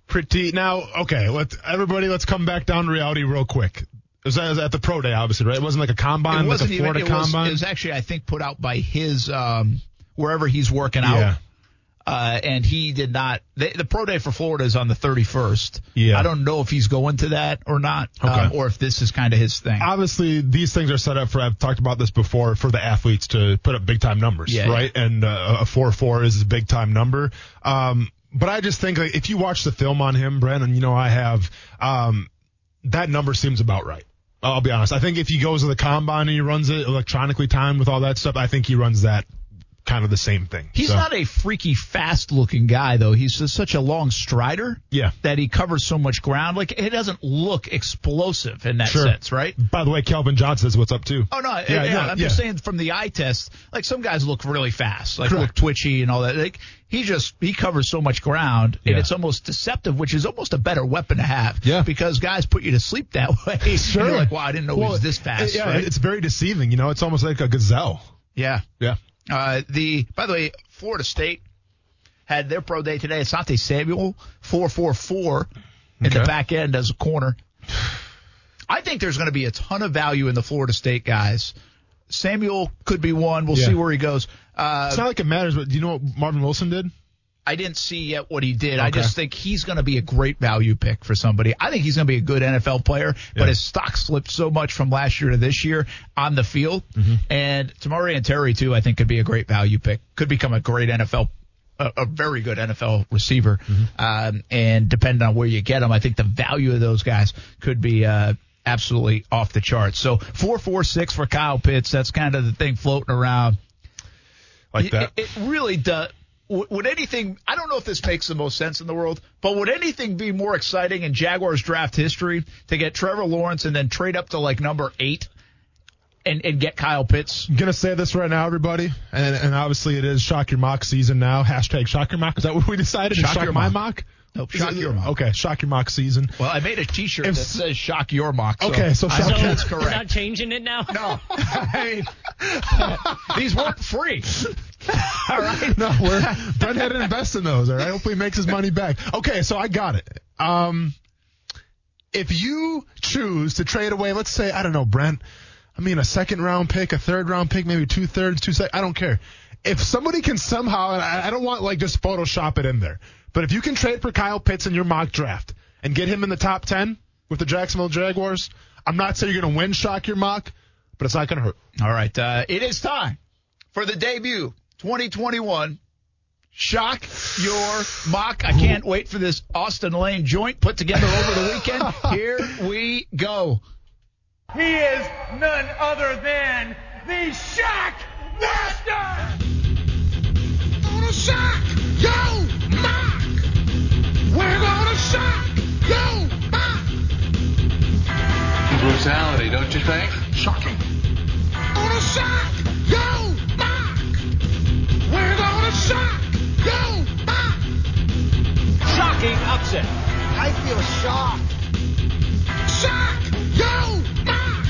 Speaker 4: Pretty now, okay. Let's everybody, let's come back down to reality real quick. It was, at- it was at the pro day, obviously, right? It wasn't like a combine,
Speaker 5: it
Speaker 4: like a
Speaker 5: wasn't even.
Speaker 4: Florida
Speaker 5: It was, it
Speaker 4: combine.
Speaker 5: was actually, I think, put out by his um, wherever he's working out.
Speaker 4: yeah,
Speaker 5: uh, and he did not. They, the pro day for Florida is on the 31st.
Speaker 4: Yeah.
Speaker 5: I don't know if he's going to that or not, um, or if this is kind of his thing.
Speaker 4: obviously these things are set up for. I've talked about this before for the athletes to put up big time numbers,
Speaker 5: Yeah,
Speaker 4: right? And uh, a four four is a big time number. Um, but I just think like, if you watch the film on him, Brandon, you know I have. Um, that number seems about right. I'll be honest. I think if he goes to the combine and he runs it electronically timed with all that stuff, I think he runs that kind of the same thing.
Speaker 5: He's
Speaker 4: So,
Speaker 5: not a freaky fast looking guy though. He's just such a long strider
Speaker 4: Yeah.
Speaker 5: that he covers so much ground. Like it doesn't look explosive in that
Speaker 4: Sure.
Speaker 5: sense, right?
Speaker 4: By the way, Calvin Johnson is what's up too.
Speaker 5: Oh no, yeah,
Speaker 4: Yeah,
Speaker 5: yeah,
Speaker 4: no,
Speaker 5: I'm
Speaker 4: yeah.
Speaker 5: just saying from the eye test, like some guys look really fast, like look
Speaker 4: Correct.
Speaker 5: twitchy and all that. Like he just he covers so much ground, and
Speaker 4: Yeah.
Speaker 5: it's almost deceptive, which is almost a better weapon to have.
Speaker 4: Yeah.
Speaker 5: because guys put you to sleep that [LAUGHS] way.
Speaker 4: Sure.
Speaker 5: You're like, wow, I didn't know he was Oh, this fast.
Speaker 4: Yeah,
Speaker 5: right?
Speaker 4: it's very deceiving. You know, it's almost like a gazelle.
Speaker 5: yeah.
Speaker 4: Yeah.
Speaker 5: Uh, the by the way, Florida State had their pro day today. Asante Samuel, four four four, in the
Speaker 4: Okay.
Speaker 5: back end as a corner. I think there's going to be a ton of value in the Florida State guys. Samuel could be one. We'll
Speaker 4: Yeah.
Speaker 5: see where he goes. Uh,
Speaker 4: It's not like it matters, but do you know what Marvin Wilson did?
Speaker 5: I didn't see yet what he did. I
Speaker 4: Okay.
Speaker 5: just think he's going to be a great value pick for somebody. I think he's going to be a good NFL player, but
Speaker 4: Yeah.
Speaker 5: his stock slipped so much from last year to this year on the field.
Speaker 4: Mm-hmm.
Speaker 5: And Tamari and Terry too, I think could be a great value pick. Could become a great NFL, a, a very good NFL
Speaker 4: Mm-hmm.
Speaker 5: receiver. Um, and depending on where you get him, I think the value of those guys could be uh, absolutely off the charts. So four four six for Kyle Pitts. That's kind of the thing floating around.
Speaker 4: like that.
Speaker 5: It, it really does. Would would anything? I don't know if this makes the most sense in the world, but would anything be more exciting in Jaguars draft history to get Trevor Lawrence and then trade up to like number eight and and get Kyle Pitts?
Speaker 4: I'm gonna say this right now, everybody, and and obviously it is shock your mock season now. Hashtag shock your mock. Is that what we decided?
Speaker 5: Shock your
Speaker 4: my
Speaker 5: mock.
Speaker 4: mock.
Speaker 5: Nope,
Speaker 4: Is
Speaker 5: shock
Speaker 4: it-
Speaker 5: your mock.
Speaker 4: Okay, shock your mock season.
Speaker 5: Well, I made a T-shirt
Speaker 4: If-
Speaker 5: that says "Shock Your Mock." So
Speaker 4: Okay, so
Speaker 5: I
Speaker 4: shock
Speaker 5: think
Speaker 4: your-
Speaker 5: that's
Speaker 4: [LAUGHS]
Speaker 6: We're not
Speaker 5: correct.
Speaker 6: changing it now.
Speaker 5: No, I- these weren't free. [LAUGHS] All right.
Speaker 4: No, we're Brent had to invest in those. All right, hopefully he makes his money back. Okay, so I got it. Um, if you choose to trade away, let's say I don't know, Brent. I mean, a second round pick, a third round pick, maybe two thirds, two seconds. I don't care. If somebody can somehow, and I I don't want like just Photoshop it in there, but if you can trade for Kyle Pitts in your mock draft and get him in the top ten with the Jacksonville Jaguars, I'm not saying you're going to win shock your mock, but it's not going to hurt.
Speaker 5: All right. Uh, it is time for the debut 2021 Shock Your Mock. I can't wait for this Austin Lane joint put together over the weekend.
Speaker 4: [LAUGHS]
Speaker 5: Here we go.
Speaker 8: He is none other than the Shock Master! Gonna shock yo mock! We're gonna shock yo mock!
Speaker 1: Brutality, don't you think? Shocking.
Speaker 8: Gonna shock yo mock! We're gonna shock yo mock!
Speaker 5: Shocking upset.
Speaker 8: I feel shocked. Shock yo mock!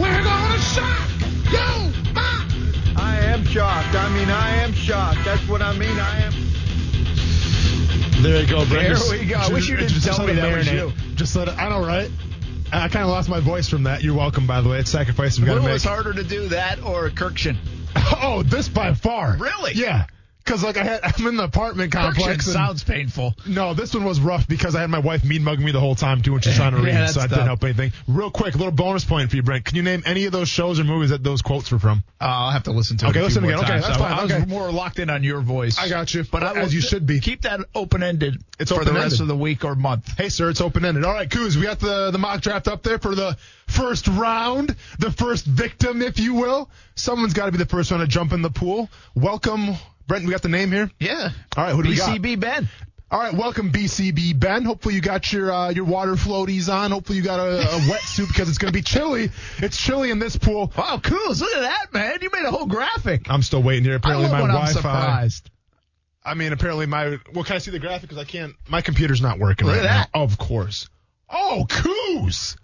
Speaker 8: We're gonna shock yo mock!
Speaker 9: I am shocked. I mean, I am shocked. That's what I mean. I am.
Speaker 4: There you go, Brent.
Speaker 5: There
Speaker 4: Just-
Speaker 5: we go. I
Speaker 4: just-
Speaker 5: wish you didn't
Speaker 4: just
Speaker 5: tell
Speaker 4: let
Speaker 5: me
Speaker 4: it
Speaker 5: that was
Speaker 4: marinate.
Speaker 5: you.
Speaker 4: Just let it. I know, right? I kind of lost my voice from that. You're welcome, by the way. It's sacrifices we got to
Speaker 5: What
Speaker 4: make.
Speaker 5: was harder to do that or Kirkshin?
Speaker 4: [LAUGHS] Oh, this by far.
Speaker 5: Really?
Speaker 4: Yeah. Because like I had, [LAUGHS] I'm in the apartment
Speaker 5: Kirkshin
Speaker 4: complex. and-
Speaker 5: sounds painful.
Speaker 4: no, this one was rough because I had my wife mean mugging me the whole time too when she's trying
Speaker 5: [LAUGHS]
Speaker 4: to
Speaker 5: Yeah,
Speaker 4: read,
Speaker 5: that's
Speaker 4: so I
Speaker 5: tough.
Speaker 4: didn't help anything. Real quick, little bonus point for you, Brent. Can you name any of those shows or movies that those quotes were from?
Speaker 5: Uh, I'll have to listen to it.
Speaker 4: Okay,
Speaker 5: a few
Speaker 4: listen
Speaker 5: more
Speaker 4: again. Okay,
Speaker 5: times.
Speaker 4: that's
Speaker 5: I-
Speaker 4: fine.
Speaker 5: I, was
Speaker 4: Okay.
Speaker 5: more locked in on your voice.
Speaker 4: I got you.
Speaker 5: But I will-
Speaker 4: As you should be.
Speaker 5: Keep that open ended
Speaker 4: It's
Speaker 5: for the rest
Speaker 4: open-ended.
Speaker 5: of the week or month.
Speaker 4: Hey, sir, it's open ended. All right, Coos, we got the, the mock draft up there for the first round, the first victim, if you will. Someone's got to be the first one to jump in the pool. Welcome, Brent. We got the name here.
Speaker 5: Yeah.
Speaker 4: All right, who do we got?
Speaker 5: BCB Ben.
Speaker 4: All right, welcome BCB Ben. Hopefully you got your uh, your water floaties on. Hopefully you got
Speaker 5: [LAUGHS]
Speaker 4: a, a wetsuit because it's going to be chilly. It's chilly in this pool.
Speaker 5: Wow, cool. Look at that, man. You made a whole graphic.
Speaker 4: I'm still waiting here. Apparently
Speaker 5: I love
Speaker 4: my
Speaker 5: when I'm
Speaker 4: Wi-Fi.
Speaker 5: surprised.
Speaker 4: I mean, apparently my. Well, can I see the graphic? Because I can't. My computer's not working.
Speaker 5: Look
Speaker 4: right
Speaker 5: at that.
Speaker 4: Now. Of course. Oh, Coos,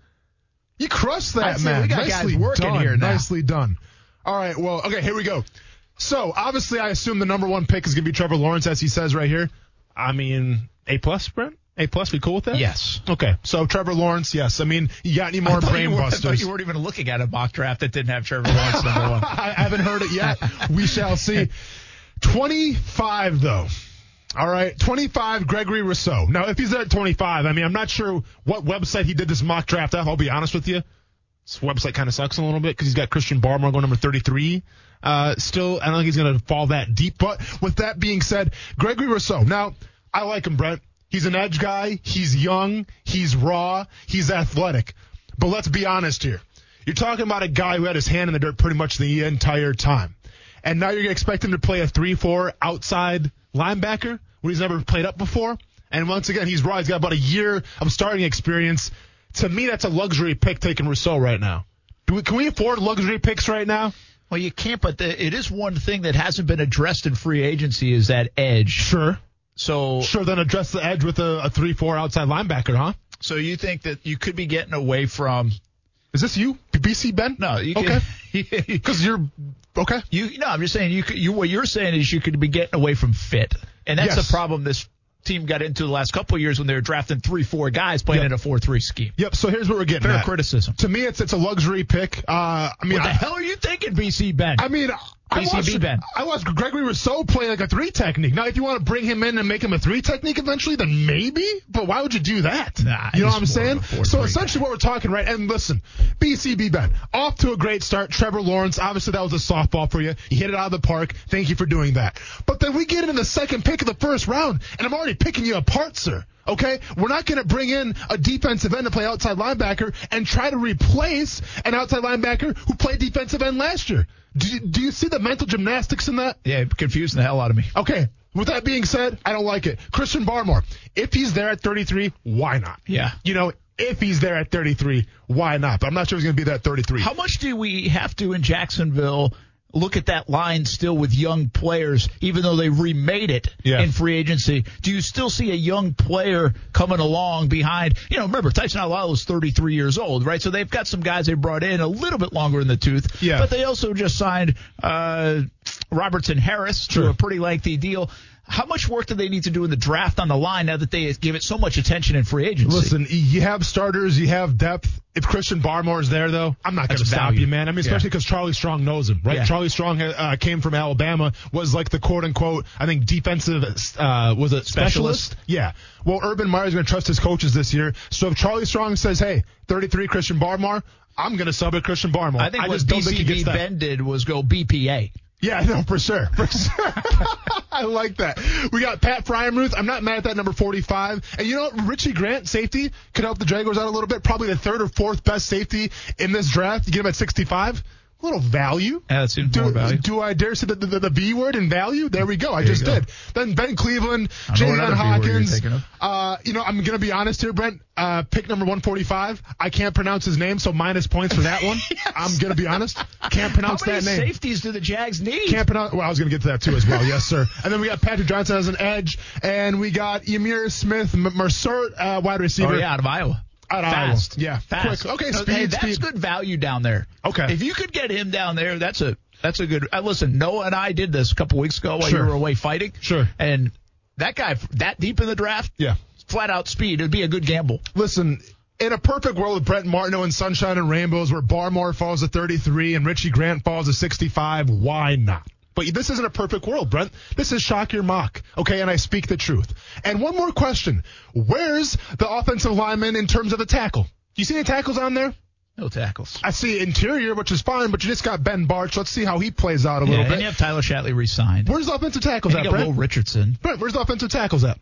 Speaker 4: you crushed that,
Speaker 5: I see,
Speaker 4: man.
Speaker 5: we got guys
Speaker 4: Nicely
Speaker 5: working
Speaker 4: done.
Speaker 5: here now.
Speaker 4: Nicely done. All right. Well, okay. Here we go. So obviously, I assume the number one pick is going to be Trevor Lawrence, as he says right here. I mean, A plus, Brent. A plus. We cool with that?
Speaker 5: Yes.
Speaker 4: Okay. So Trevor Lawrence. Yes. I mean, you got any
Speaker 5: I
Speaker 4: more
Speaker 5: thought you
Speaker 4: brain
Speaker 5: were- I thought
Speaker 4: busters?
Speaker 5: you
Speaker 4: [LAUGHS]
Speaker 5: weren't even looking at a mock draft that didn't have Trevor Lawrence number one.
Speaker 4: I haven't heard it yet. [LAUGHS] We shall see. 25, though. All right, 25 Gregory Rousseau. Now, if he's there at 25, I mean, I'm not sure what website he did this mock draft off. I'll be honest with you. This website kind of sucks a little bit because he's got Christian Barmore going number 33. Uh, still, I don't think he's going to fall that deep. But with that being said, Gregory Rousseau. Now, I like him, Brent. He's an edge guy. He's young. He's raw. He's athletic. But let's be honest here. You're talking about a guy who had his hand in the dirt pretty much the entire time. And now you're going to expect him to play a 3-4 outside linebacker when he's never played up before. And once again, he's raw. He's got about a year of starting experience. To me, that's a luxury pick taking Rousseau right now. Do we, can we afford luxury picks right now?
Speaker 5: [LAUGHS] Well, you can't, but the, it is one thing that hasn't been addressed in free agency is that edge.
Speaker 4: Sure.
Speaker 5: So,
Speaker 4: Sure, then address the edge with a, a 3-4 outside linebacker, huh?
Speaker 5: so you think that you could be getting away from?
Speaker 4: Is this you, BC Ben?
Speaker 5: No, you [LAUGHS]
Speaker 4: [LAUGHS] okay.
Speaker 5: Could,
Speaker 4: Because you're okay.
Speaker 5: You no, I'm just saying you could, you what you're saying is you could be getting away from fit, and that's
Speaker 4: Yes.
Speaker 5: the problem this team got into the last couple of years when they were drafting three, four guys playing
Speaker 4: Yep.
Speaker 5: in a four-three scheme.
Speaker 4: Yep. So here's what we're getting
Speaker 5: Fair
Speaker 4: at.
Speaker 5: criticism.
Speaker 4: To me, it's it's a luxury pick. Uh, I mean,
Speaker 5: What the
Speaker 4: I-
Speaker 5: hell are you thinking, BC Ben?
Speaker 4: I mean, I
Speaker 5: BCB
Speaker 4: watched,
Speaker 5: Ben.
Speaker 4: I watched Gregory Rousseau play like a three technique. Now, if you want to bring him in and make him a three technique eventually, then maybe. But why would you do that?
Speaker 5: Nah,
Speaker 4: you know what I'm
Speaker 5: he's more
Speaker 4: saying?
Speaker 5: of a four
Speaker 4: So
Speaker 5: three
Speaker 4: essentially, what we're talking right. And listen, BCB Ben off to a great start. Trevor Lawrence, obviously that was a softball for you. You hit it out of the park. Thank you for doing that. But then we get into the second pick of the first round, and I'm already picking you apart, sir.
Speaker 10: Okay, we're not going to bring in a defensive end to play outside linebacker and try to replace an outside linebacker who played defensive end last year. Do you, do you see the mental gymnastics in that?
Speaker 5: Yeah, it confusing the hell out of me.
Speaker 4: Oh.
Speaker 10: Okay. With that being said, I don't like it. Christian Barmore, if he's there at 33, why not?
Speaker 5: Yeah.
Speaker 10: You know, if he's there at 33, why not? But I'm not sure he's going to be there at 33.
Speaker 5: How much do we have to in Jacksonville look at that line still with young players, even though they remade it
Speaker 4: Yeah.
Speaker 5: in free agency? Do you still see a young player coming along behind? You know, remember Tyson Alalo is 33 years old, right? So they've got some guys they brought in a little bit longer in the tooth.
Speaker 4: Yeah.
Speaker 5: But they also just signed uh, Robertson Harris to a pretty lengthy deal. How much work do they need to do in the draft on the line now that they give it so much attention in free agency?
Speaker 4: Listen, you have starters, you have depth. If Christian Barmore's there, though, I'm not going to
Speaker 5: That's
Speaker 4: stop
Speaker 5: value.
Speaker 4: you, man. I mean, especially because Charlie Strong knows him, right?
Speaker 5: Yeah.
Speaker 4: Charlie Strong uh, came from Alabama, was like the quote unquote, I think defensive uh, was a specialist.
Speaker 5: Specialist.
Speaker 4: Yeah. Well, Urban Meyer's going to trust his coaches this year. So if Charlie Strong says, "Hey, 33 Christian Barmore," I'm going to sub at Christian Barmore.
Speaker 5: I think what
Speaker 4: just don't think he
Speaker 5: BCB
Speaker 4: gets that.
Speaker 5: Ben did was go BPA.
Speaker 4: Yeah, [LAUGHS] no, for sure. For sure. [LAUGHS] I like that. We got Pat Fryermuth. I'm not mad at that number 45. And you know what? Richie Grant, safety, could help the Jaguars out a little bit. Probably the third or fourth best safety in this draft. You get him at 65. A little value.
Speaker 5: Yeah, that's even
Speaker 4: do,
Speaker 5: more value.
Speaker 4: Do I dare say the, the, the B word in value? There we go. I just
Speaker 5: go.
Speaker 4: did. Then Ben Cleveland,
Speaker 5: know what
Speaker 4: Jalen
Speaker 5: other B word you're
Speaker 4: Hawkins.
Speaker 5: thinking of.
Speaker 4: Uh, you know, I'm going to be honest here, Brent. Uh, pick number 145. I can't pronounce his name, so minus points for
Speaker 5: [LAUGHS]
Speaker 4: that one. I'm going to be honest. Can't
Speaker 5: How
Speaker 4: pronounce
Speaker 5: many
Speaker 4: that name.
Speaker 5: safeties do the Jags need?
Speaker 4: Can't pronounce. Well, I was going to get to that too as well. yes, sir. And then we got Patrick Johnson as an edge, and we got Emir Smith M- Mercer, uh, wide
Speaker 5: oh
Speaker 4: receiver.
Speaker 5: yeah, out of Iowa.
Speaker 4: Out of
Speaker 5: fast.
Speaker 4: Iowa. Yeah.
Speaker 5: fast.
Speaker 4: Quick. Okay,
Speaker 5: No,
Speaker 4: speed,
Speaker 5: hey, that's
Speaker 4: speed.
Speaker 5: good value down there.
Speaker 4: Okay.
Speaker 5: If you could get him down there, that's a that's a good. Uh, listen, Noah and I did this a couple weeks ago while
Speaker 4: Sure.
Speaker 5: you were away fighting.
Speaker 4: Sure.
Speaker 5: And that guy that deep in the draft.
Speaker 4: Yeah.
Speaker 5: Flat out speed. It'd be a good gamble.
Speaker 4: Listen, in a perfect world with Brett Martineau and Sunshine and Rainbows, where Barmore falls to 33 and Richie Grant falls to 65, why not? But this isn't a perfect world, Brent. This is shock your mock, okay? And I speak the truth. And one more question: Where's the offensive lineman in terms of the tackle? Do you see any tackles on there?
Speaker 5: No tackles.
Speaker 4: I see interior, which is fine, but you just got Ben Barch. Let's see how he plays out a
Speaker 5: Yeah,
Speaker 4: little
Speaker 5: and
Speaker 4: bit.
Speaker 5: you have Tyler Shatley re-signed.
Speaker 4: Where's the offensive tackles
Speaker 5: And
Speaker 4: at,
Speaker 5: you got
Speaker 4: Brent?
Speaker 5: Will Richardson.
Speaker 4: Brent, where's the offensive tackles at?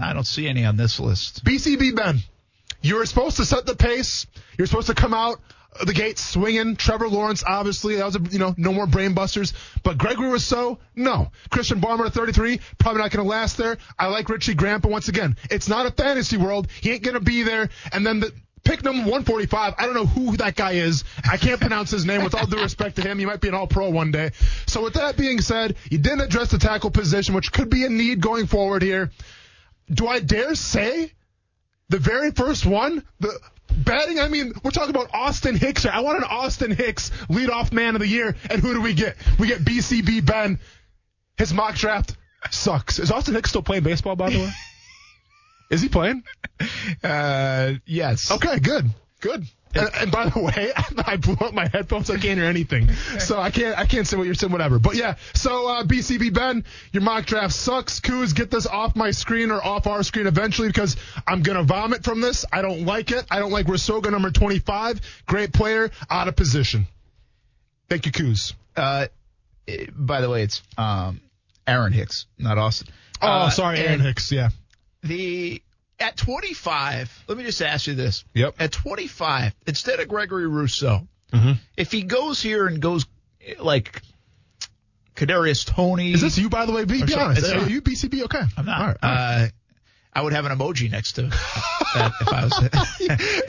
Speaker 5: I don't see any on this list.
Speaker 4: BCB Ben, you were supposed to set the pace. You're supposed to come out of the gate swinging. Trevor Lawrence, obviously, that was a, you know no more brain busters. But Gregory Rousseau, no. Christian Barmer, 33, probably not going to last there. I like Richie Grant, but once again, it's not a fantasy world. He ain't going to be there. And then the pick number 145. I don't know who that guy is. I can't pronounce his name. With all due respect to him, he might be an All Pro one day. So with that being said, you didn't address the tackle position, which could be a need going forward here. Do I dare say the very first one, the batting, I mean, we're talking about Austin Hicks here. I want an Austin Hicks leadoff man of the year. And who do we get? We get BCB Ben. His mock draft sucks. Is Austin Hicks still playing baseball, by the way? Is he playing?
Speaker 5: Uh, yes.
Speaker 4: Okay, good, good. And, and by the way, [LAUGHS] I blew up my headphones. I can't
Speaker 5: [LAUGHS]
Speaker 4: hear anything, so I can't. I can't say what you're saying, whatever. But yeah, so uh, BCB Ben, your mock draft sucks. Coos, get this off my screen or off our screen eventually because I'm gonna vomit from this. I don't like it. I don't like Rasoga number 25. Great player, out of position. Thank you, Coos.
Speaker 5: Uh, it- by the way, it's um, Aaron Hicks, not Austin.
Speaker 4: Oh,
Speaker 5: Uh,
Speaker 4: sorry,
Speaker 5: and
Speaker 4: Aaron Hicks. Yeah.
Speaker 5: The at 25, let me just ask you this.
Speaker 4: Yep.
Speaker 5: At 25, instead of Gregory Rousseau,
Speaker 4: Mm-hmm.
Speaker 5: if he goes here and goes eh, like Kadarius Tony,
Speaker 4: Is this you, by the way? Be, be
Speaker 5: sorry,
Speaker 4: honest.
Speaker 5: it's
Speaker 4: Are
Speaker 5: not.
Speaker 4: you BCB? Okay.
Speaker 5: I'm not.
Speaker 4: All right.
Speaker 5: Uh, I would have an emoji next to that if I
Speaker 4: [LAUGHS]
Speaker 5: was.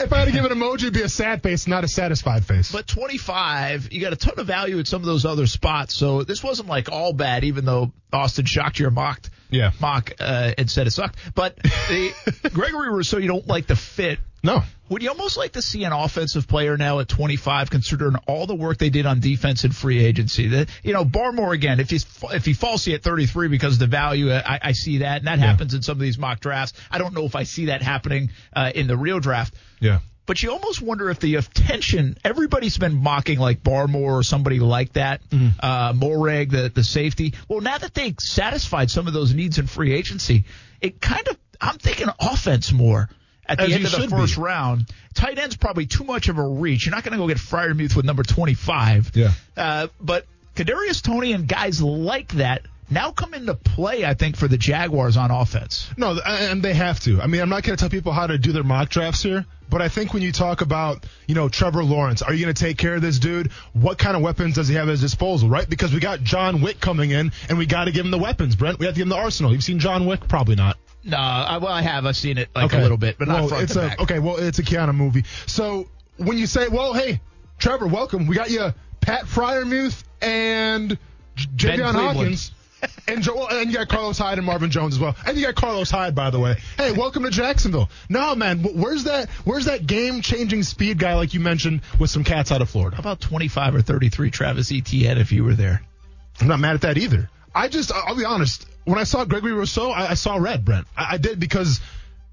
Speaker 4: if I had to give an emoji, it'd be a sad face, not a satisfied face.
Speaker 5: But 25, you got a ton of value at some of those other spots. So this wasn't like all bad, even though Austin shocked you or mocked,
Speaker 4: Yeah.
Speaker 5: mock uh, and said it sucked. But the
Speaker 4: [LAUGHS]
Speaker 5: Gregory Rousseau, you don't like the fit.
Speaker 4: no.
Speaker 5: Would you almost like to see an offensive player now at 25, considering all the work they did on defense and free agency? That you know, Barmore again, if he's if he falls at 33 because of the value, I, I see that, and that happens in some of these mock drafts. I don't know if I see that happening uh, in the real draft.
Speaker 4: Yeah.
Speaker 5: But you almost wonder if the attention everybody's been mocking like Barmore or somebody like that,
Speaker 4: Mm-hmm.
Speaker 5: uh, Moreg, the the safety. Well, now that they satisfied some of those needs in free agency, it kind of I'm thinking offense more at the
Speaker 4: As
Speaker 5: end
Speaker 4: you
Speaker 5: of the
Speaker 4: should
Speaker 5: first
Speaker 4: be.
Speaker 5: round. Tight end's probably too much of a reach. You're not going to go get Fryermuth with number 25.
Speaker 4: Yeah.
Speaker 5: Uh, but Kadarius Tony and guys like that now come into play, I think, for the Jaguars on offense.
Speaker 4: No, th- and they have to. I mean, I'm not going to tell people how to do their mock drafts here, but I think when you talk about, you know, Trevor Lawrence, are you going to take care of this dude? What kind of weapons does he have at his disposal, right? Because we got John Wick coming in, and we got to give him the weapons, Brent. We have to give him the arsenal. You've seen John Wick? Probably not.
Speaker 5: No, I, well, I have. I've seen it like a little bit, but not
Speaker 4: well,
Speaker 5: front
Speaker 4: it's
Speaker 5: to
Speaker 4: a,
Speaker 5: back.
Speaker 4: Okay, well, it's a Keanu movie. So when you say, well, hey, Trevor, welcome. We got you Pat Fryermuth and J-
Speaker 5: Ben
Speaker 4: Javion
Speaker 5: Cleveland. [LAUGHS]
Speaker 4: Hawkins. And, jo- well, and you got Carlos Hyde and Marvin Jones as well. And you got Carlos Hyde, by the way. Hey, welcome to Jacksonville. No, man, wh- where's that? Where's that game-changing speed guy like you mentioned with some cats out of Florida?
Speaker 5: How about 25 or 33 Travis Etienne if you were there?
Speaker 4: I'm not mad at that either. I just, I- I'll be honest. When I saw Gregory Rousseau, I, I saw red, Brent. I, I did because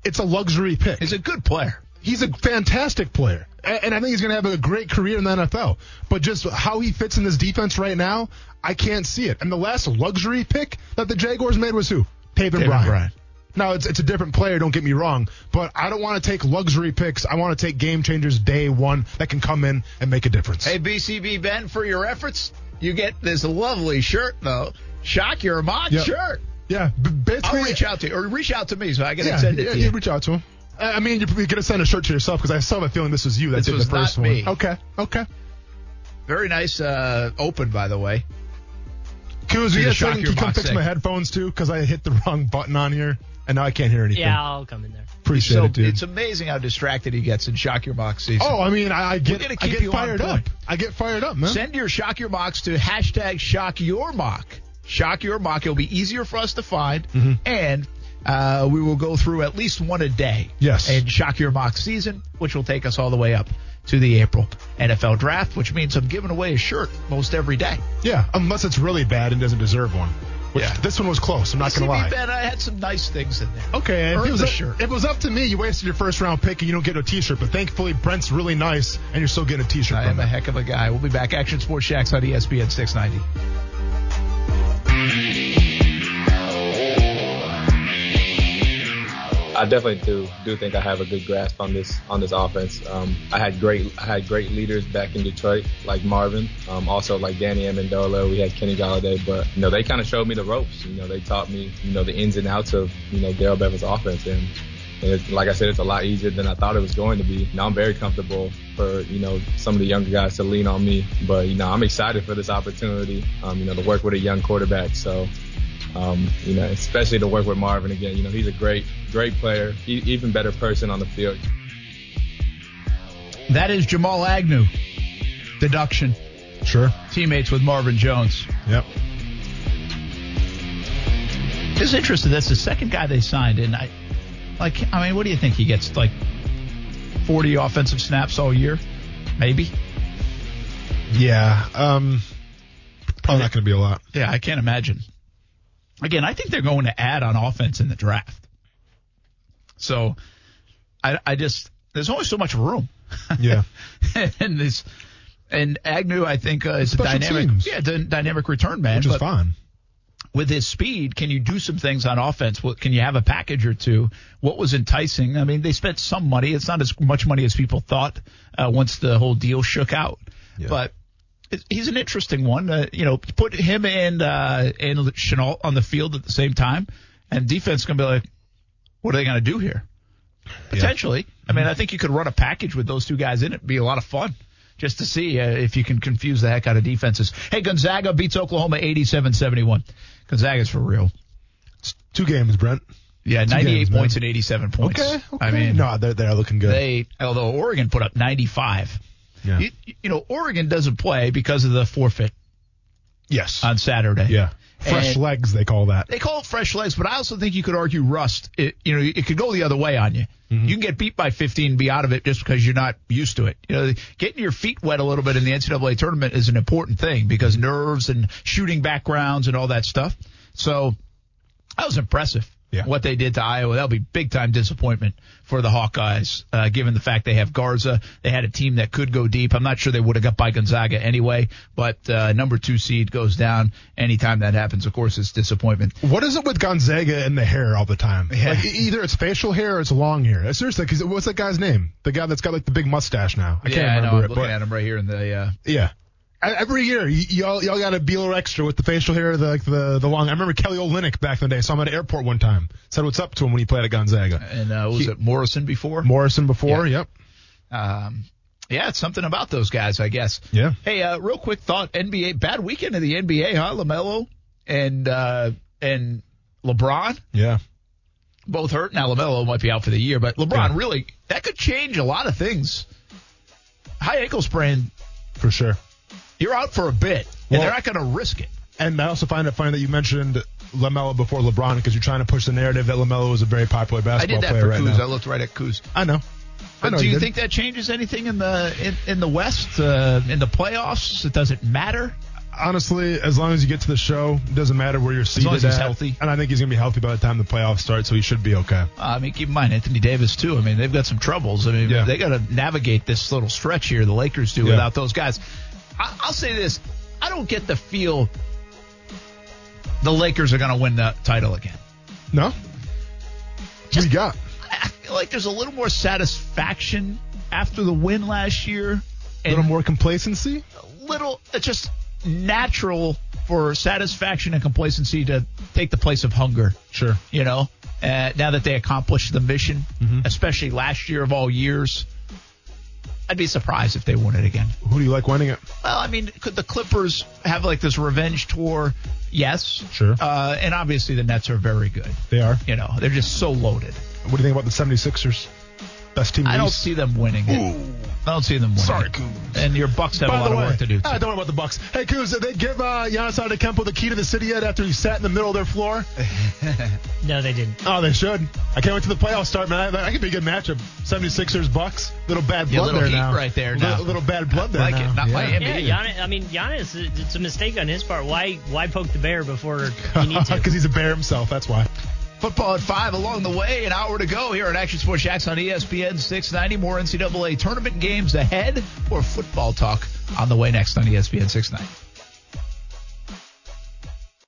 Speaker 4: it's a luxury pick.
Speaker 5: He's a good player.
Speaker 4: He's a fantastic player, A- and I think he's going to have a great career in the NFL. But just how he fits in this defense right now, I can't see it. And the last luxury pick that the Jaguars made was who? Taven Bryan.
Speaker 5: Bryan.
Speaker 4: Now it's it's a different player. Don't get me wrong, but I don't want to take luxury picks. I want to take game changers day one that can come in and make a difference.
Speaker 5: Hey, BCB Ben, for your efforts, you get this lovely shirt, though. Shock your mock
Speaker 4: Yep.
Speaker 5: shirt.
Speaker 4: yeah, b- basically,
Speaker 5: I'll reach out to you, or reach out to me so I can
Speaker 4: Yeah,
Speaker 5: send it
Speaker 4: yeah,
Speaker 5: to
Speaker 4: you
Speaker 5: you.
Speaker 4: reach out to him. I I mean, you're probably gonna send a shirt to yourself because I still have a feeling this was you that
Speaker 5: This
Speaker 4: did
Speaker 5: was
Speaker 4: the first
Speaker 5: not
Speaker 4: one.
Speaker 5: me.
Speaker 4: Okay, okay.
Speaker 5: Very nice uh, open, by the way.
Speaker 4: Kuz,
Speaker 5: the
Speaker 4: you guys
Speaker 5: shock
Speaker 4: can
Speaker 5: your
Speaker 4: you come
Speaker 5: box
Speaker 4: fix
Speaker 5: set.
Speaker 4: my headphones too? Because I hit the wrong button on here, and now I can't hear anything.
Speaker 6: Yeah, I'll come in there.
Speaker 4: appreciate
Speaker 5: so
Speaker 4: it, dude.
Speaker 5: it's amazing how distracted he gets in Shock Your Mock season.
Speaker 4: oh, I mean, I, I get,
Speaker 5: gonna
Speaker 4: I
Speaker 5: keep
Speaker 4: get
Speaker 5: you on
Speaker 4: fired up.
Speaker 5: point.
Speaker 4: I get fired up, man.
Speaker 5: Send your Shock Your Mocks to hashtag Shock Your Mock. Shock Your Mock. It'll be easier for us to find, and uh, we will go through at least one a day.
Speaker 4: Yes.
Speaker 5: In Shock Your Mock season, which will take us all the way up to the April NFL draft, which means I'm giving away a shirt most every day.
Speaker 4: yeah, unless it's really bad and doesn't deserve one. Which
Speaker 5: Yeah.
Speaker 4: this one was close. I'm not gonna
Speaker 5: CB
Speaker 4: lie.
Speaker 5: Ben, I had some nice things in there.
Speaker 4: Okay, if
Speaker 5: Earn
Speaker 4: it, was
Speaker 5: the
Speaker 4: up,
Speaker 5: shirt.
Speaker 4: if it was up to me, you wasted your first round pick and you don't get a T-shirt. But thankfully, Brent's really nice, and you're still getting a T-shirt.
Speaker 5: I
Speaker 4: from
Speaker 5: am a
Speaker 4: him.
Speaker 5: heck of a guy. We'll be back. Action Sports Shacks on E ESPN 690.
Speaker 11: I definitely do do think I have a good grasp on this on this offense. Um, I had great I had great leaders back in Detroit, like Marvin, um, also like Danny Amendola. We had Kenny Galladay, but you know they kind of showed me the ropes. You know they taught me you know the ins and outs of you know Dale Bevin's offense, and, and it's, like I said, it's a lot easier than I thought it was going to be. Now I'm very comfortable for you know some of the younger guys to lean on me, but you know I'm excited for this opportunity. Um, you know to work with a young quarterback, so um, you know, especially to work with Marvin again. You know, he's a great, great player, e- even better person on the field.
Speaker 5: That is Jamal Agnew. Deduction.
Speaker 4: Sure.
Speaker 5: Teammates with Marvin Jones.
Speaker 4: Yep.
Speaker 5: Just interested. That's the second guy they signed, and I, like, I mean, what do you think he gets? Like, forty offensive snaps all year, maybe.
Speaker 4: Yeah. Um. Probably not gonna Oh, be a
Speaker 5: [LAUGHS]
Speaker 4: lot.
Speaker 5: Yeah, I can't imagine. Again, I think they're going to add on offense in the draft. So, I, I just there's only so much room. [LAUGHS]
Speaker 4: Yeah.
Speaker 5: and this and Agnew, I think, uh, is a
Speaker 4: Special
Speaker 5: dynamic,
Speaker 4: teams.
Speaker 5: yeah, d- dynamic return man.
Speaker 4: Which is
Speaker 5: but
Speaker 4: fine.
Speaker 5: with his speed, can you do some things on offense? What, can you have a package or two? What was enticing? I mean, they spent some money. It's not as much money as people thought uh, once the whole deal shook out, but. it- He's an interesting one, uh, you know. Put him and uh, and Chenault on the field at the same time, and defense gonna be like, what are they gonna do here? potentially. I
Speaker 4: Mm-hmm.
Speaker 5: mean, I think you could run a package with those two guys in it. It'd be a lot of fun just to see uh, if you can confuse the heck out of defenses. Hey, Gonzaga beats Oklahoma 87-71. Gonzaga's for real.
Speaker 4: Two games, Brent.
Speaker 5: Yeah, 98
Speaker 4: games, man.
Speaker 5: points and 87 points.
Speaker 4: Okay. okay.
Speaker 5: I mean,
Speaker 4: no, they're, they're looking good.
Speaker 5: they although Oregon put up 95.
Speaker 4: Yeah.
Speaker 5: You, you know, Oregon doesn't play because of the forfeit
Speaker 4: yes.
Speaker 5: on Saturday.
Speaker 4: yeah. Fresh
Speaker 5: Uh, And-
Speaker 4: legs, they call that.
Speaker 5: They call it fresh legs, but I also think you could argue rust. It, you know, it could go the other way on you. You can get beat by 15 and be out of it just because you're not used to it. You know, getting your feet wet a little bit in the NCAA tournament is an important thing because nerves and shooting backgrounds and all that stuff. So that was impressive.
Speaker 4: Yeah.
Speaker 5: What they did to Iowa, that'll be big time disappointment for the Hawkeyes, uh, given the fact they have Garza. They had a team that could go deep. I'm not sure they would have got by Gonzaga anyway, but uh, number two seed goes down. Anytime that happens, of course, it's disappointment.
Speaker 4: What is it with Gonzaga and the hair all the time?
Speaker 5: Yeah.
Speaker 4: Like, e- either it's facial hair or it's long hair. Seriously, 'cause what's that guy's name? The guy that's got like the big mustache now. I
Speaker 5: yeah,
Speaker 4: can't
Speaker 5: I know. I'm
Speaker 4: remember it.
Speaker 5: looking
Speaker 4: But
Speaker 5: at him right here in the. Uh,
Speaker 4: yeah. E-, every year, y- y'all y'all got a be a little extra with the facial hair, the like the the long. I remember Kelly Olynyk back in the day. Saw him at an airport one time. Said what's up to him when he played at Gonzaga.
Speaker 5: And uh, was it Morrison before?
Speaker 4: Morrison before, yep.
Speaker 5: Um, yeah, it's something about those guys, I guess.
Speaker 4: Yeah.
Speaker 5: Hey, uh, real quick thought: NBA bad weekend of the NBA, huh? Lamelo and uh, and LeBron
Speaker 4: Yeah.
Speaker 5: both hurt. Now Lamelo might be out for the year, but LeBron really that could change a lot of things. High ankle sprain,
Speaker 4: For sure.
Speaker 5: you're out for a bit,
Speaker 4: Well-
Speaker 5: and they're not going to risk it.
Speaker 4: And I also find it funny that you mentioned Lamelo before LeBron because you're trying to push the narrative that Lamelo was a very popular
Speaker 5: I
Speaker 4: basketball
Speaker 5: did that
Speaker 4: player
Speaker 5: for
Speaker 4: right
Speaker 5: Kuz. I
Speaker 4: now.
Speaker 5: looked right at Kuz.
Speaker 4: I know. I know
Speaker 5: do you
Speaker 4: did.
Speaker 5: think that changes anything in the in, in the West uh, in the playoffs? It doesn't matter.
Speaker 4: honestly, as long as you get to the show, it doesn't matter where you're seated.
Speaker 5: long as he's
Speaker 4: at.
Speaker 5: healthy.
Speaker 4: and I think he's gonna be healthy by the time the playoffs start, so he should be okay.
Speaker 5: I mean, keep in mind Anthony Davis too. I mean, they've got some troubles. I mean,
Speaker 4: Yeah.
Speaker 5: they got to navigate this little stretch here. The Lakers do
Speaker 4: Yeah.
Speaker 5: without those guys. I, I'll say this: I don't get the feel the Lakers are going to win the title again.
Speaker 4: No,
Speaker 5: Just-
Speaker 4: we got.
Speaker 5: I I feel like there's a little more satisfaction after the win last year,
Speaker 4: A
Speaker 5: and
Speaker 4: little more complacency.
Speaker 5: little it's just natural for satisfaction and complacency to take the place of hunger
Speaker 4: Sure.
Speaker 5: you know uh, now that they accomplished the mission
Speaker 4: Mm-hmm.
Speaker 5: especially last year of all years i'd be surprised if they won it again
Speaker 4: Who do you like winning it?
Speaker 5: well i mean could the clippers have like this revenge tour yes
Speaker 4: Sure.
Speaker 5: uh, and obviously the nets are very good
Speaker 4: They are.
Speaker 5: you know they're just so loaded
Speaker 4: What do you think about the 76ers? Best team. in
Speaker 5: i
Speaker 4: the
Speaker 5: don't
Speaker 4: East?
Speaker 5: see them winning it i don't see them winning
Speaker 4: Sorry,
Speaker 5: it.
Speaker 4: Coons.
Speaker 5: and your bucks have a
Speaker 4: By
Speaker 5: lot
Speaker 4: the
Speaker 5: of
Speaker 4: way,
Speaker 5: work to do too.
Speaker 4: I don't know about the Bucks. Hey, Kuz, did they give uh, Giannis Antetokounmpo the key to the city yet after he sat in the middle of their floor?
Speaker 6: No, they didn't.
Speaker 4: Oh, they should. I can't wait till the playoffs start, man. That that could be a good matchup. 76ers, Bucks. Little bad blood
Speaker 5: Yeah, little
Speaker 4: there
Speaker 5: heat
Speaker 4: now.
Speaker 5: right there
Speaker 4: Little,
Speaker 5: now.
Speaker 4: little bad blood there
Speaker 5: like
Speaker 4: now.
Speaker 5: it not
Speaker 4: Yeah.
Speaker 5: miami
Speaker 6: Yeah,
Speaker 5: either.
Speaker 6: Giannis, I mean, Giannis, it's a mistake on his part. Why why poke the bear before you need
Speaker 4: [LAUGHS]
Speaker 6: to?
Speaker 4: Because he's a bear himself. That's why.
Speaker 5: Football at five along the way, an hour to go here at Action Sports Jacks on E ESPN 690. More E NCAA tournament games ahead, or football talk on the way next on ESPN 690.